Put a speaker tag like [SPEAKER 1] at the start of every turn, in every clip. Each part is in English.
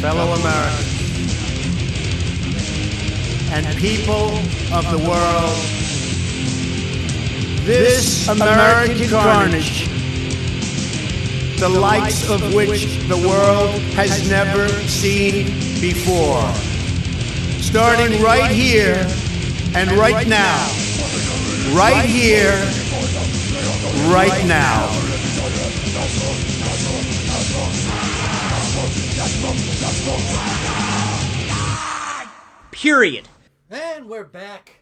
[SPEAKER 1] fellow Americans, and people of the world, this American carnage, the likes of which the world has never seen before, starting right here and right now, right here, right now.
[SPEAKER 2] Period.
[SPEAKER 3] And we're back.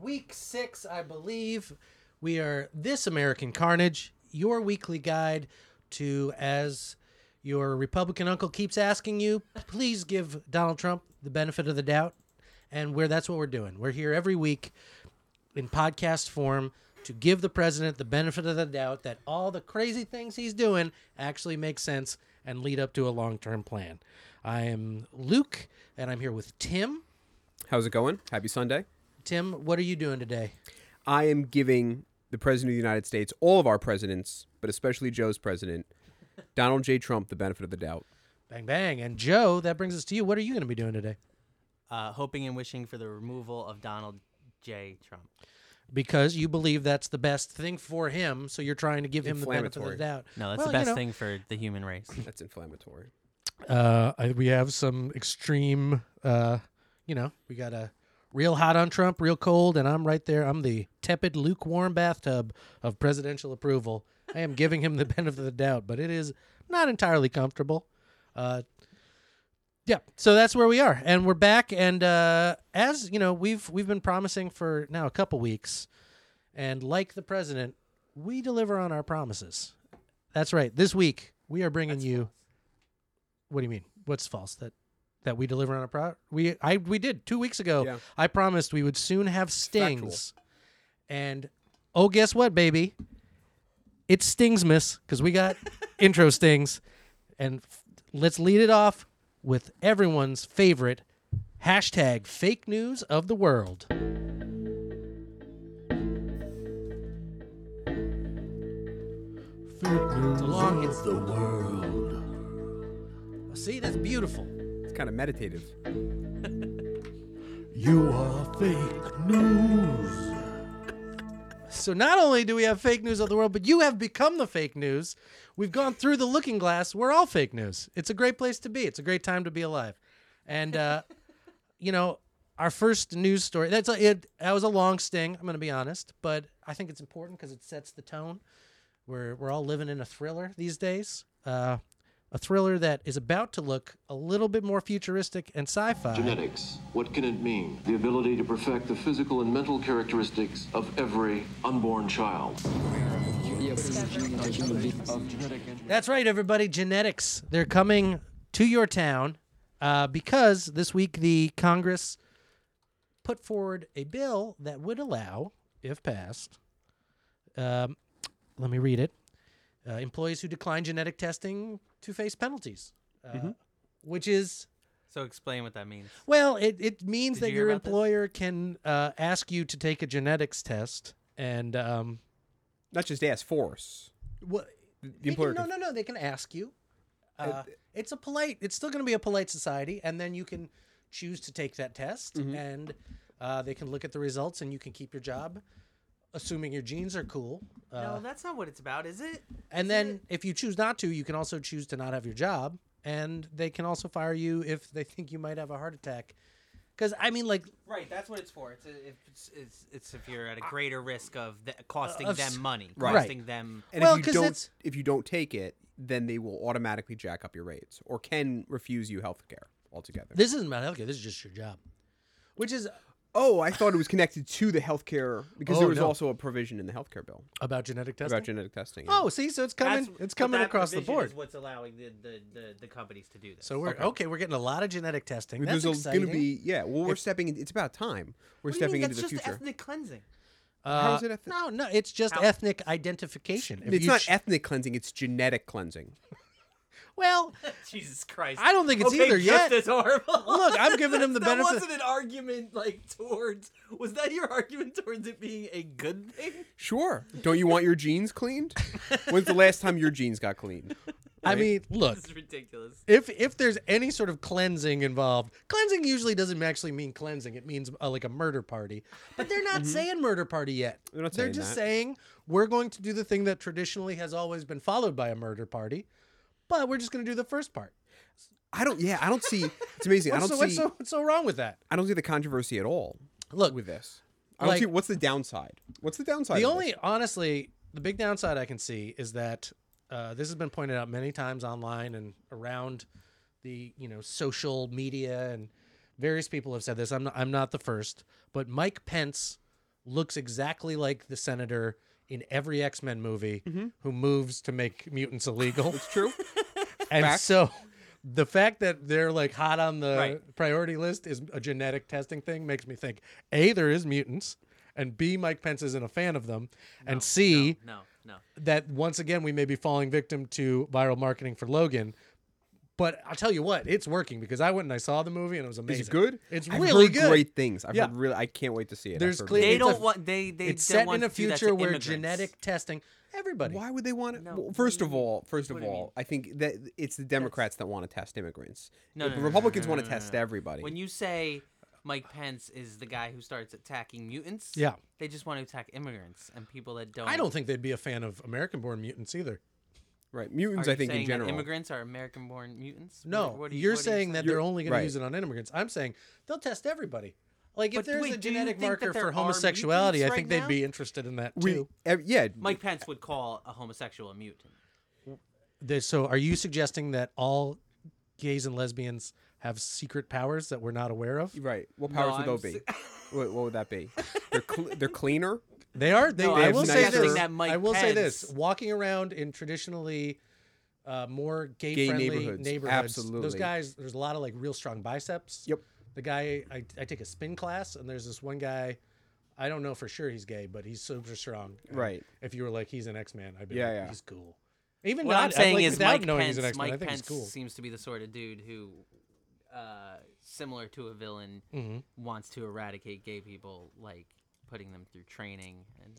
[SPEAKER 3] Week six, I believe. We are This American Carnage, your weekly guide to, as your Republican uncle keeps asking you, please give Donald Trump the benefit of the doubt. And where that's what we're doing. We're here every week in podcast form to give the president the benefit of the doubt that all the crazy things he's doing actually make sense and lead up to a long term plan. I am Luke, and I'm here with Tim.
[SPEAKER 4] How's it going? Happy Sunday.
[SPEAKER 3] Tim, what are you doing today?
[SPEAKER 4] I am giving the President of the United States, all of our presidents, but especially Joe's president, Donald J. Trump, the benefit of the doubt.
[SPEAKER 3] Bang bang. And Joe, that brings us to you. What are you going to be doing today?
[SPEAKER 2] Uh, hoping and wishing for the removal of Donald J. Trump.
[SPEAKER 3] Because you believe that's the best thing for him, so you're trying to give him the benefit of the
[SPEAKER 4] Inflammatory.
[SPEAKER 3] doubt.
[SPEAKER 2] No, that's
[SPEAKER 3] Well,
[SPEAKER 2] the
[SPEAKER 3] you
[SPEAKER 2] best
[SPEAKER 3] know,
[SPEAKER 2] thing for the human race.
[SPEAKER 4] That's inflammatory.
[SPEAKER 3] Uh, I, we have some extreme. Uh, you know, we got a real hot on Trump, real cold, and I'm right there. I'm the tepid, lukewarm bathtub of presidential approval. I am giving him the benefit of the doubt, but it is not entirely comfortable. Uh, yeah, so that's where we are, and we're back. And uh, as you know, we've we've been promising for now a couple weeks, and like the president, we deliver on our promises. That's right. This week we are bringing you. What do you mean? What's false? That that we deliver on a pro? We I we did two weeks ago.
[SPEAKER 4] Yeah.
[SPEAKER 3] I promised we would soon have stings, and oh, guess what, baby? It's stings miss because we got intro stings, and f- let's lead it off with everyone's favorite hashtag fake news of the world. It's a long. It's the world. See, that's beautiful.
[SPEAKER 4] It's kind of meditative.
[SPEAKER 1] You are fake news.
[SPEAKER 3] So not only do we have fake news of the world, but you have become the fake news. We've gone through the looking glass. We're all fake news. It's a great place to be. It's a great time to be alive. And uh, you know, our first news story. That's a, it. That was a long sting. I'm going to be honest, but I think it's important because it sets the tone. We're we're all living in a thriller these days. Uh, a thriller that is about to look a little bit more futuristic and sci-fi.
[SPEAKER 5] Genetics. What can it mean? The ability to perfect the physical and mental characteristics of every unborn child.
[SPEAKER 3] That's right, everybody. Genetics. They're coming to your town uh, because this week the Congress put forward a bill that would allow, if passed, um, let me read it uh, employees who decline genetic testing to face penalties, uh,
[SPEAKER 2] Mm-hmm.
[SPEAKER 3] which is
[SPEAKER 2] so explain what that means.
[SPEAKER 3] well, it, it means
[SPEAKER 2] Did
[SPEAKER 3] that
[SPEAKER 2] you hear
[SPEAKER 3] your
[SPEAKER 2] about this?
[SPEAKER 3] employer can uh, ask you to take a genetics test and um,
[SPEAKER 4] Not just ass, force.
[SPEAKER 3] What?
[SPEAKER 4] the employer
[SPEAKER 3] no,
[SPEAKER 4] can-
[SPEAKER 3] no, no. They can ask you. Uh, it's a polite. It's still going to be a polite society, and then you can choose to take that test, and uh, they can look at the results, and you can keep your job, assuming your genes are cool. Uh,
[SPEAKER 2] no, that's not what it's about, is it?
[SPEAKER 3] and then, if you choose not to, you can also choose to not have your job, and they can also fire you if they think you might have a heart attack. Because I mean, like
[SPEAKER 2] Right, that's what it's for. It's it's it's, it's if you're at a greater risk of the, costing
[SPEAKER 3] of s-
[SPEAKER 2] them money,
[SPEAKER 3] Right.
[SPEAKER 2] costing them.
[SPEAKER 4] And
[SPEAKER 3] Well,
[SPEAKER 4] if
[SPEAKER 3] 'cause
[SPEAKER 4] you don't,
[SPEAKER 3] it's-
[SPEAKER 4] if you don't take it, then they will automatically jack up your rates or can refuse you health care altogether.
[SPEAKER 3] this isn't about healthcare. This is just your job, which is
[SPEAKER 4] oh, I thought it was connected to the health care because
[SPEAKER 3] Oh,
[SPEAKER 4] there was
[SPEAKER 3] no.
[SPEAKER 4] also a provision in the health care bill
[SPEAKER 3] about genetic testing.
[SPEAKER 4] about genetic testing. yeah.
[SPEAKER 3] Oh, see, so it's coming.
[SPEAKER 2] That's-
[SPEAKER 3] it's
[SPEAKER 2] but
[SPEAKER 3] coming
[SPEAKER 2] that
[SPEAKER 3] across the
[SPEAKER 2] provision
[SPEAKER 3] board.
[SPEAKER 2] Is what's allowing the, the, the, the companies to do this.
[SPEAKER 3] So we're okay. We're getting a lot of genetic testing. That's
[SPEAKER 4] There's
[SPEAKER 3] exciting.
[SPEAKER 4] going to be, yeah, well, we're stepping in. It's about time. We're
[SPEAKER 2] What do you
[SPEAKER 4] stepping
[SPEAKER 2] mean?
[SPEAKER 4] into
[SPEAKER 2] That's
[SPEAKER 4] the
[SPEAKER 2] just
[SPEAKER 4] future.
[SPEAKER 2] ethnic cleansing.
[SPEAKER 4] How is it eth-
[SPEAKER 3] Uh, no, no, it's just
[SPEAKER 2] How-
[SPEAKER 3] ethnic identification. If
[SPEAKER 4] it's
[SPEAKER 3] you
[SPEAKER 4] not
[SPEAKER 3] ch-
[SPEAKER 4] ethnic cleansing, it's genetic cleansing.
[SPEAKER 3] well,
[SPEAKER 2] Jesus Christ!
[SPEAKER 3] I don't think it's
[SPEAKER 2] okay,
[SPEAKER 3] either
[SPEAKER 2] just
[SPEAKER 3] yet.
[SPEAKER 2] as horrible.
[SPEAKER 3] Look, I'm giving him the
[SPEAKER 2] that
[SPEAKER 3] benefit-
[SPEAKER 2] wasn't an argument like towards. Was that your argument towards it being a good thing?
[SPEAKER 4] Sure. Don't you want your jeans cleaned? When's the last time your jeans got cleaned?
[SPEAKER 3] I mean, look,
[SPEAKER 2] This is ridiculous.
[SPEAKER 3] if if there's any sort of cleansing involved, cleansing usually doesn't actually mean cleansing. It means uh, like a murder party, but they're not saying murder party yet.
[SPEAKER 4] Mm-hmm. They're not saying
[SPEAKER 3] just
[SPEAKER 4] that.
[SPEAKER 3] saying we're going to do the thing that traditionally has always been followed by a murder party, but we're just going to do the first part.
[SPEAKER 4] I don't. Yeah, I don't see. It's amazing. I
[SPEAKER 3] What's
[SPEAKER 4] don't
[SPEAKER 3] so,
[SPEAKER 4] see.
[SPEAKER 3] what's, so, what's so wrong with that?
[SPEAKER 4] I don't see the controversy at all
[SPEAKER 3] Look,
[SPEAKER 4] with this. I don't
[SPEAKER 3] Like-
[SPEAKER 4] see what's the downside. What's the downside?
[SPEAKER 3] the
[SPEAKER 4] of
[SPEAKER 3] only
[SPEAKER 4] this?
[SPEAKER 3] honestly the big downside i can see is that uh, this has been pointed out many times online and around the you know social media and various people have said this i'm not, I'm not the first but mike pence looks exactly like the senator in every x-men movie
[SPEAKER 4] Mm-hmm.
[SPEAKER 3] who moves to make mutants illegal it's
[SPEAKER 4] true.
[SPEAKER 3] and
[SPEAKER 4] Fact.
[SPEAKER 3] so the fact that they're like hot on the
[SPEAKER 2] Right.
[SPEAKER 3] priority list is a genetic testing thing makes me think A, there is mutants, and B, Mike Pence isn't a fan of them, and C,
[SPEAKER 2] No, no.
[SPEAKER 3] that once again we may be falling victim to viral marketing for Logan. But I'll tell you what, it's working because I went and I saw the movie and it was
[SPEAKER 4] Is
[SPEAKER 3] amazing.
[SPEAKER 4] it good?
[SPEAKER 3] It's
[SPEAKER 4] I've
[SPEAKER 3] really
[SPEAKER 4] heard
[SPEAKER 3] good.
[SPEAKER 4] Great things. I've
[SPEAKER 3] Yeah.
[SPEAKER 4] heard really. I can't wait to see it. I've
[SPEAKER 3] There's
[SPEAKER 4] heard
[SPEAKER 3] clear-
[SPEAKER 4] really-
[SPEAKER 2] They
[SPEAKER 3] it's
[SPEAKER 2] don't
[SPEAKER 3] a-
[SPEAKER 2] want. They they
[SPEAKER 3] it's
[SPEAKER 2] don't
[SPEAKER 3] set
[SPEAKER 2] want
[SPEAKER 3] in a
[SPEAKER 2] to do that to
[SPEAKER 3] future where
[SPEAKER 2] immigrants.
[SPEAKER 3] genetic testing. Everybody.
[SPEAKER 4] Why would they want to?
[SPEAKER 2] No,
[SPEAKER 4] well,
[SPEAKER 2] what do
[SPEAKER 4] first
[SPEAKER 2] you
[SPEAKER 4] of
[SPEAKER 2] mean?
[SPEAKER 4] all, first
[SPEAKER 2] What
[SPEAKER 4] of
[SPEAKER 2] do you
[SPEAKER 4] all,
[SPEAKER 2] mean?
[SPEAKER 4] I think that it's the Democrats that want to test immigrants.
[SPEAKER 2] No,
[SPEAKER 4] If
[SPEAKER 2] no,
[SPEAKER 4] the
[SPEAKER 2] no, no,
[SPEAKER 4] Republicans
[SPEAKER 2] no,
[SPEAKER 4] want
[SPEAKER 2] no,
[SPEAKER 4] to
[SPEAKER 2] no,
[SPEAKER 4] test
[SPEAKER 2] no.
[SPEAKER 4] everybody.
[SPEAKER 2] When you say Mike Pence is the guy who starts attacking mutants,
[SPEAKER 3] Yeah.
[SPEAKER 2] they just want to attack immigrants and people that don't.
[SPEAKER 3] I don't think they'd be a fan of American-born mutants either.
[SPEAKER 4] right,
[SPEAKER 2] Are
[SPEAKER 4] mutants.
[SPEAKER 2] you
[SPEAKER 4] I think
[SPEAKER 2] saying
[SPEAKER 4] in
[SPEAKER 2] that
[SPEAKER 4] general.
[SPEAKER 2] immigrants are American-born mutants? What-
[SPEAKER 3] No,
[SPEAKER 2] what are
[SPEAKER 3] you, are
[SPEAKER 2] what are
[SPEAKER 3] saying that they're only going to
[SPEAKER 4] right.
[SPEAKER 3] use it on immigrants. I'm saying they'll test everybody. Like if
[SPEAKER 2] But
[SPEAKER 3] there's
[SPEAKER 2] wait,
[SPEAKER 3] a
[SPEAKER 2] do you
[SPEAKER 3] genetic
[SPEAKER 2] think that
[SPEAKER 3] marker
[SPEAKER 2] there
[SPEAKER 3] for
[SPEAKER 2] are
[SPEAKER 3] homosexuality, I
[SPEAKER 2] mutants
[SPEAKER 3] think
[SPEAKER 2] right
[SPEAKER 3] they'd
[SPEAKER 2] now?
[SPEAKER 3] be interested in that
[SPEAKER 4] We,
[SPEAKER 3] too.
[SPEAKER 4] ev- yeah,
[SPEAKER 2] Mike Pence would call a homosexual a mutant.
[SPEAKER 3] They- so are you suggesting that all gays and lesbians have secret powers that we're not aware of?
[SPEAKER 4] Right. What powers would
[SPEAKER 2] I'm
[SPEAKER 4] those be? what, what would that be? They're cl- they're cleaner.
[SPEAKER 3] They are. They,
[SPEAKER 2] No,
[SPEAKER 3] I
[SPEAKER 4] I'm
[SPEAKER 3] will say
[SPEAKER 4] suggesting
[SPEAKER 3] this.
[SPEAKER 2] that Mike
[SPEAKER 3] I will say this.
[SPEAKER 2] Pence-
[SPEAKER 3] Walking around in traditionally uh, more
[SPEAKER 4] Gay
[SPEAKER 3] gay-friendly
[SPEAKER 4] neighborhoods.
[SPEAKER 3] Those
[SPEAKER 4] Absolutely.
[SPEAKER 3] guys. There's a lot of like real strong biceps.
[SPEAKER 4] Yep.
[SPEAKER 3] The guy I, I take a spin class, and there's this one guy. I don't know for sure he's gay, but he's super strong. And
[SPEAKER 4] Right.
[SPEAKER 3] If you were like he's an X Man, I'd be
[SPEAKER 4] Yeah,
[SPEAKER 3] like
[SPEAKER 4] yeah.
[SPEAKER 3] he's cool. Even
[SPEAKER 2] What
[SPEAKER 3] not,
[SPEAKER 2] I'm saying
[SPEAKER 3] like,
[SPEAKER 2] is
[SPEAKER 3] without
[SPEAKER 2] Mike
[SPEAKER 3] knowing
[SPEAKER 2] Pence.
[SPEAKER 3] he's an X Man, I
[SPEAKER 2] Mike
[SPEAKER 3] think
[SPEAKER 2] Pence
[SPEAKER 3] he's cool.
[SPEAKER 2] seems to be the sort of dude who, uh, similar to a villain,
[SPEAKER 3] Mm-hmm.
[SPEAKER 2] wants to eradicate gay people, like putting them through training and.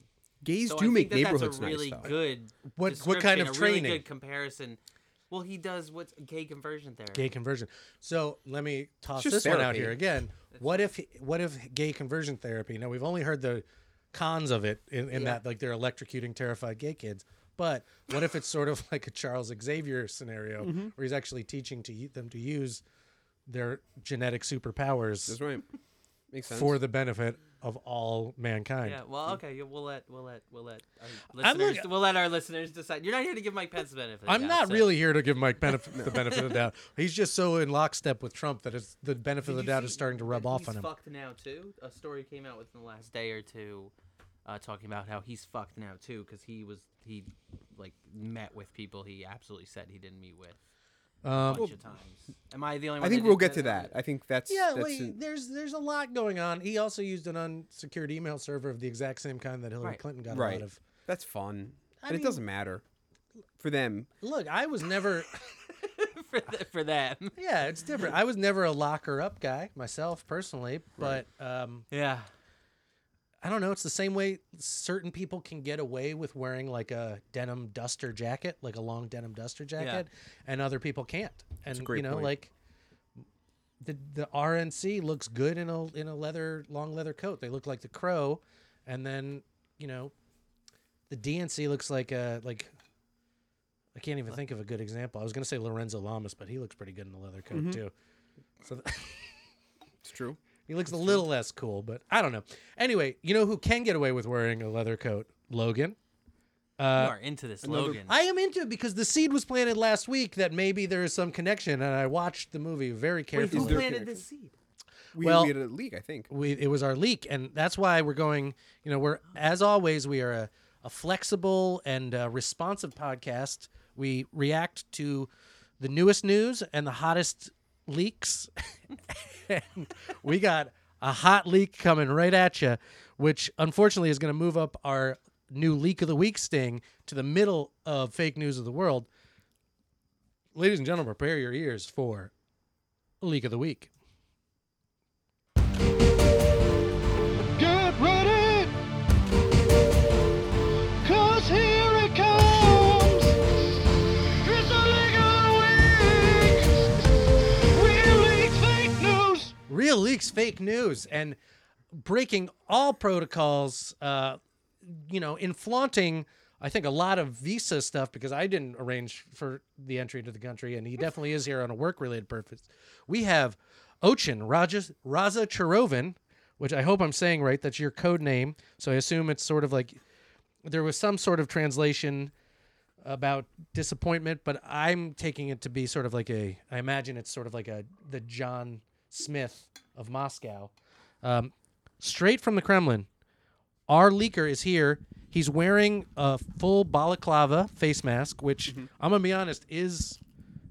[SPEAKER 4] Gays
[SPEAKER 2] So
[SPEAKER 4] do
[SPEAKER 2] I
[SPEAKER 4] make
[SPEAKER 2] think that
[SPEAKER 4] neighborhoods
[SPEAKER 2] that's a really
[SPEAKER 4] nice. though.
[SPEAKER 2] good
[SPEAKER 3] What- what kind
[SPEAKER 2] description,
[SPEAKER 3] of
[SPEAKER 2] a really
[SPEAKER 3] training?
[SPEAKER 2] good comparison. Well, he does what's gay conversion therapy.
[SPEAKER 3] gay conversion. So let me toss
[SPEAKER 4] just
[SPEAKER 3] this one out
[SPEAKER 4] therapy.
[SPEAKER 3] here again. What if what if gay conversion therapy? Now we've only heard the cons of it in, in that like they're electrocuting terrified gay kids. But what if it's sort of like a Charles Xavier scenario
[SPEAKER 4] Mm-hmm.
[SPEAKER 3] where he's actually teaching to y- them to use their genetic superpowers
[SPEAKER 4] That's right. Makes sense.
[SPEAKER 3] for the benefit of all mankind?
[SPEAKER 2] Yeah. Well, okay. yeah, We'll let we'll let we'll let our
[SPEAKER 3] I'm
[SPEAKER 2] listeners
[SPEAKER 3] looking-
[SPEAKER 2] we'll let our listeners decide. You're not here to give Mike Pence the benefit. of the
[SPEAKER 3] I'm
[SPEAKER 2] doubt,
[SPEAKER 3] not
[SPEAKER 2] so-
[SPEAKER 3] really here to give Mike benefit, the benefit of the doubt. He's just so in lockstep with Trump that it's, the benefit
[SPEAKER 2] Did
[SPEAKER 3] of the
[SPEAKER 2] you
[SPEAKER 3] doubt
[SPEAKER 2] see
[SPEAKER 3] is starting to
[SPEAKER 2] that
[SPEAKER 3] rub off
[SPEAKER 2] he's
[SPEAKER 3] on him.
[SPEAKER 2] Fucked now too. A story came out within the last day or two, uh, talking about how he's fucked now too because he was he like met with people he absolutely said he didn't meet with
[SPEAKER 3] Uh,
[SPEAKER 2] a bunch of times. Am I the only? one
[SPEAKER 4] I think
[SPEAKER 2] that
[SPEAKER 4] we'll
[SPEAKER 2] didn't
[SPEAKER 4] get to that.
[SPEAKER 2] get
[SPEAKER 4] I think that's
[SPEAKER 3] Yeah,
[SPEAKER 4] that's
[SPEAKER 3] wait,
[SPEAKER 4] an-
[SPEAKER 3] there's there's a lot going on. He also used an unsecured email server of the exact same kind that Hillary
[SPEAKER 2] Right.
[SPEAKER 3] Clinton got a
[SPEAKER 4] right.
[SPEAKER 3] lot of.
[SPEAKER 4] That's fun, and
[SPEAKER 3] mean-
[SPEAKER 4] it doesn't matter for them.
[SPEAKER 3] Look, I was never
[SPEAKER 2] for, th- for them.
[SPEAKER 3] Yeah, it's different. I was never a locker up guy myself personally, but um
[SPEAKER 2] Yeah.
[SPEAKER 3] I don't know, it's the same way certain people can get away with wearing like a denim duster jacket, like a long denim duster jacket, and other people can't. And
[SPEAKER 4] a great
[SPEAKER 3] you know,
[SPEAKER 4] point.
[SPEAKER 3] like the the RNC looks good in a in a leather long leather coat. They look like the crow, and then you know, the DNC looks like a like. I can't even think of a good example. I was gonna say Lorenzo Lamas, but he looks pretty good in a leather coat
[SPEAKER 4] Mm-hmm.
[SPEAKER 3] too. So th-
[SPEAKER 4] It's true.
[SPEAKER 3] he looks a little less cool, but I don't know. Anyway, you know who can get away with wearing a leather coat? Logan. Uh,
[SPEAKER 2] you are into this Logan.
[SPEAKER 3] I am into it because the seed was planted last week that maybe there is some connection, and I watched the movie very carefully.
[SPEAKER 2] Who
[SPEAKER 4] Is there
[SPEAKER 2] planted
[SPEAKER 4] connection?
[SPEAKER 2] this seed?
[SPEAKER 4] We,
[SPEAKER 3] Well-
[SPEAKER 4] we had a league, I think.
[SPEAKER 3] we it was our leak and that's why we're going you know we're as always we are a, a flexible and uh responsive podcast we react to the newest news and the hottest leaks and we got a hot leak coming right at you which unfortunately is going to move up our new leak of the week sting to the middle of fake news of the world ladies and gentlemen prepare your ears for leak of the week
[SPEAKER 6] Get ready! Cause here it comes! It's the League
[SPEAKER 3] makes fake news and breaking all protocols, uh, you know, in flaunting, I think, a lot of visa stuff because I didn't arrange for the entry into the country, and he definitely is here on a work related purpose. We have Ochin Rajas, Raza Chirovin, which I hope I'm saying right. That's your code name. So I assume it's sort of like there was some sort of translation about disappointment, but I'm taking it to be sort of like a. I imagine it's sort of like a the John Smith of Moscow, um, straight from the Kremlin. Our leaker is here. He's wearing a full balaclava face mask, which I'm gonna be honest is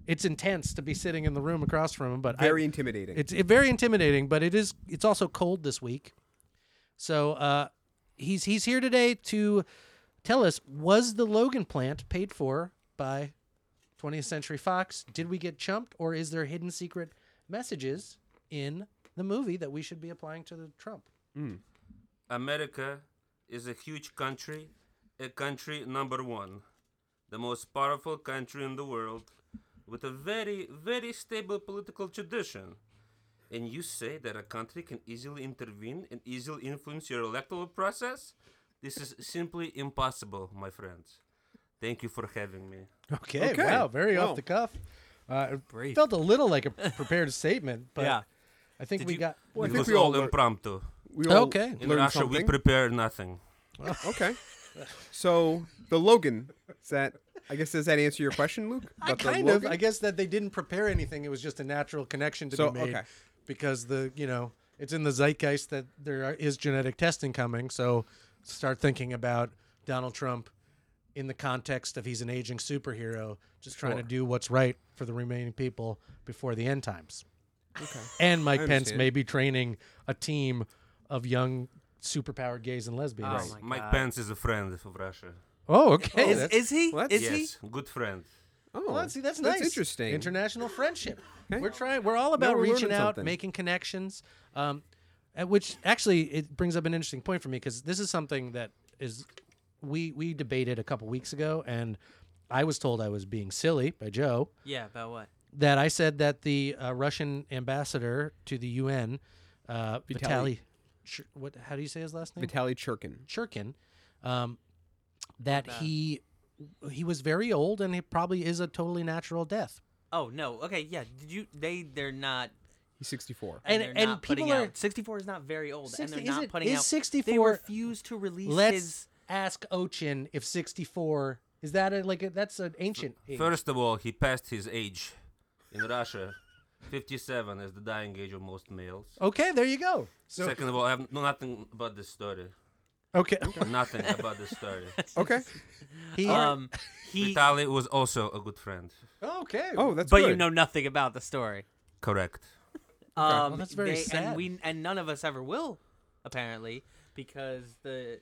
[SPEAKER 3] it's intense to be sitting in the room across from him. But I-
[SPEAKER 4] Very intimidating.
[SPEAKER 3] it's it, very intimidating, but it is. It's also cold this week, so uh, he's he's here today to tell us: Was the Logan plant paid for by 20th Century Fox? Did we get chumped, or is there hidden secret messages in the movie that we should be applying to the Trump?
[SPEAKER 6] America is a huge country, a country number one, the most powerful country in the world, with a very, very stable political tradition. And you say that a country can easily intervene and easily influence your electoral process? This is simply impossible, my friends. Thank you for having me.
[SPEAKER 3] Okay,
[SPEAKER 4] Okay.
[SPEAKER 3] wow, very
[SPEAKER 4] Wow.
[SPEAKER 3] off the cuff. Uh, it felt a little like a prepared statement, but
[SPEAKER 2] Yeah.
[SPEAKER 3] I think we
[SPEAKER 6] you-
[SPEAKER 3] got.
[SPEAKER 4] Well, I
[SPEAKER 6] it
[SPEAKER 4] think
[SPEAKER 6] was
[SPEAKER 4] we all
[SPEAKER 6] all
[SPEAKER 4] lear-
[SPEAKER 6] impromptu.
[SPEAKER 4] We all
[SPEAKER 3] Okay.
[SPEAKER 6] In
[SPEAKER 4] learned
[SPEAKER 6] Russia, we
[SPEAKER 4] something.
[SPEAKER 6] prepare nothing.
[SPEAKER 4] okay. So the Logan is that. I guess does that answer your question, Luke?
[SPEAKER 3] I
[SPEAKER 4] About the
[SPEAKER 3] kind of.
[SPEAKER 4] Logan?
[SPEAKER 3] I guess that they didn't prepare anything. It was just a natural connection to
[SPEAKER 4] So,
[SPEAKER 3] be made
[SPEAKER 4] okay.
[SPEAKER 3] because the you know it's in the zeitgeist that there are, is genetic testing coming. So start thinking about Donald Trump in the context of he's an aging superhero, just trying to do what's right for the remaining people before the end times. Okay. And Mike Pence
[SPEAKER 4] understand.
[SPEAKER 3] may be training a team of young superpowered gays and lesbians.
[SPEAKER 2] Oh my
[SPEAKER 6] Mike
[SPEAKER 2] God.
[SPEAKER 6] Pence is a friend of Russia.
[SPEAKER 3] Oh, okay.
[SPEAKER 2] Is,
[SPEAKER 3] that's,
[SPEAKER 2] is he?
[SPEAKER 4] well,
[SPEAKER 2] Is
[SPEAKER 4] that's-
[SPEAKER 2] he?
[SPEAKER 6] yes, good friend.
[SPEAKER 4] Oh,
[SPEAKER 3] Well, see, that's nice.
[SPEAKER 4] interesting.
[SPEAKER 3] International friendship. We're trying. We're all about
[SPEAKER 4] we're
[SPEAKER 3] reaching
[SPEAKER 4] learning
[SPEAKER 3] out,
[SPEAKER 4] something.
[SPEAKER 3] making connections. Um, at which actually it brings up an interesting point for me because this is something that is we we debated a couple weeks ago, and I was told I was being silly by Joe
[SPEAKER 2] Yeah, about what?
[SPEAKER 3] that I said that the uh, Russian ambassador to the UN, uh, Vitaly, Sh- what? How do you say his last name?
[SPEAKER 4] Vitaly Churkin.
[SPEAKER 3] Churkin, um, that he he was very old and it probably is a totally natural death.
[SPEAKER 2] Oh no. Okay. Yeah. Did you? They. They're not.
[SPEAKER 4] He's 64.
[SPEAKER 3] And-
[SPEAKER 2] And, they're
[SPEAKER 3] and
[SPEAKER 2] not putting
[SPEAKER 3] people are-
[SPEAKER 2] out. 64 is not very old, and
[SPEAKER 3] 60
[SPEAKER 2] they're
[SPEAKER 3] is
[SPEAKER 2] not
[SPEAKER 3] it-
[SPEAKER 2] putting
[SPEAKER 3] is
[SPEAKER 2] out. They
[SPEAKER 3] 64
[SPEAKER 2] refuse to release
[SPEAKER 3] Let's
[SPEAKER 2] his.
[SPEAKER 3] ask Ochin if 64 is that a, like a, that's an ancient age.
[SPEAKER 6] First of all, he passed his age. In Russia, 57 is the dying age of most males.
[SPEAKER 3] Okay, there you go. So
[SPEAKER 6] Second of all, I have know nothing about this story.
[SPEAKER 3] okay,
[SPEAKER 6] Nothing about this story.
[SPEAKER 4] Okay.
[SPEAKER 3] he,
[SPEAKER 2] Um, he.
[SPEAKER 6] Vitaly was also a good friend.
[SPEAKER 3] okay.
[SPEAKER 4] Oh, that's
[SPEAKER 2] But
[SPEAKER 4] good.
[SPEAKER 2] you know nothing about the story.
[SPEAKER 6] Correct.
[SPEAKER 2] Um,
[SPEAKER 3] that's very
[SPEAKER 2] they,
[SPEAKER 3] sad.
[SPEAKER 2] And we and none of us ever will, apparently, because the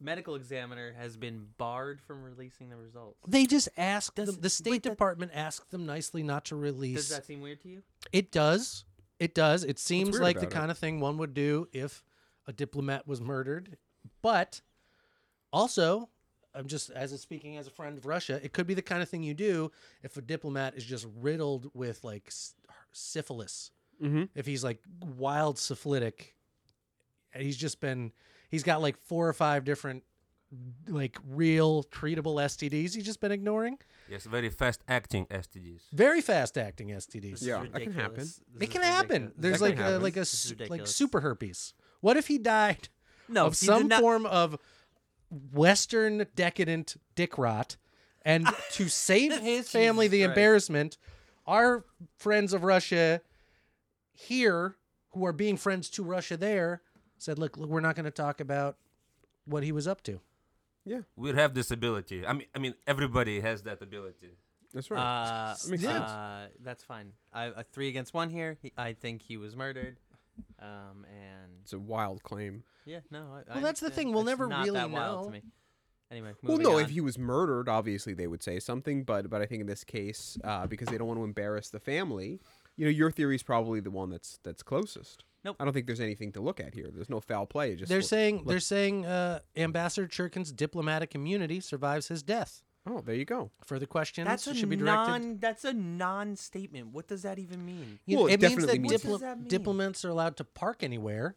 [SPEAKER 2] medical examiner has been barred from releasing the results.
[SPEAKER 3] they just asked them, the
[SPEAKER 2] wait,
[SPEAKER 3] State
[SPEAKER 2] that-
[SPEAKER 3] Department asked them nicely not to
[SPEAKER 2] Does
[SPEAKER 3] release.
[SPEAKER 2] that seem weird to you?
[SPEAKER 3] it does. It does. It seems
[SPEAKER 4] weird
[SPEAKER 3] like the
[SPEAKER 4] about it?
[SPEAKER 3] kind of thing one would do if a diplomat was murdered, but also. I'm just as a speaking as a friend of Russia. It could be the kind of thing you do if a diplomat is just riddled with like s- syphilis
[SPEAKER 4] Mm-hmm.
[SPEAKER 3] if he's like wild syphilitic and he's just been he's got like four or five different like real treatable STDs he's just been ignoring
[SPEAKER 6] Yes, very fast acting STDs.
[SPEAKER 3] very fast acting STDs
[SPEAKER 4] Yeah,
[SPEAKER 2] It's
[SPEAKER 4] that can happen.
[SPEAKER 2] ridiculous. This
[SPEAKER 3] it
[SPEAKER 2] is
[SPEAKER 3] can happen
[SPEAKER 2] ridiculous.
[SPEAKER 3] there's
[SPEAKER 4] That can
[SPEAKER 3] like a,
[SPEAKER 4] happen.
[SPEAKER 3] like a
[SPEAKER 2] This is
[SPEAKER 3] su- like
[SPEAKER 2] ridiculous.
[SPEAKER 3] super herpes what if he died
[SPEAKER 2] no,
[SPEAKER 3] of
[SPEAKER 2] he did
[SPEAKER 3] some
[SPEAKER 2] not-
[SPEAKER 3] form of western decadent dick rot and to save his family the
[SPEAKER 2] Jesus Christ.
[SPEAKER 3] embarrassment our friends of russia here who are being friends to russia there said look, look we're not going to talk about what he was up to
[SPEAKER 6] We have this ability. I mean, I mean, everybody has that ability.
[SPEAKER 4] That's right.
[SPEAKER 2] Uh,
[SPEAKER 4] makes sense.
[SPEAKER 2] uh, that's fine. I, a three against one here. He, I think he was murdered. Um, and
[SPEAKER 4] it's a wild claim.
[SPEAKER 2] yeah, no. I, well,
[SPEAKER 3] that's the thing, we'll never
[SPEAKER 2] not
[SPEAKER 3] really
[SPEAKER 2] that wild
[SPEAKER 3] know.
[SPEAKER 2] To me. Anyway,
[SPEAKER 4] Well,
[SPEAKER 2] moving
[SPEAKER 4] no,
[SPEAKER 2] on.
[SPEAKER 4] if he was murdered, obviously they would say something, but but I think in this case, uh, because they don't want to embarrass the family, you know, your theory is probably the one that's that's closest.
[SPEAKER 2] Nope.
[SPEAKER 4] I don't think there's anything to look at here. There's no foul play. Just
[SPEAKER 3] they're
[SPEAKER 4] look-
[SPEAKER 3] saying
[SPEAKER 4] look-
[SPEAKER 3] they're saying uh, ambassador churkin's diplomatic immunity survives his death
[SPEAKER 4] Oh, there you go.
[SPEAKER 3] Further questions
[SPEAKER 2] That's a
[SPEAKER 3] should be directed.
[SPEAKER 2] non. That's a non-statement. What does that even mean?
[SPEAKER 3] You
[SPEAKER 4] Well, it
[SPEAKER 3] it means
[SPEAKER 4] definitely
[SPEAKER 3] that,
[SPEAKER 4] means-
[SPEAKER 2] What does
[SPEAKER 3] diplo-
[SPEAKER 2] that mean?
[SPEAKER 3] diplomats are allowed to park anywhere.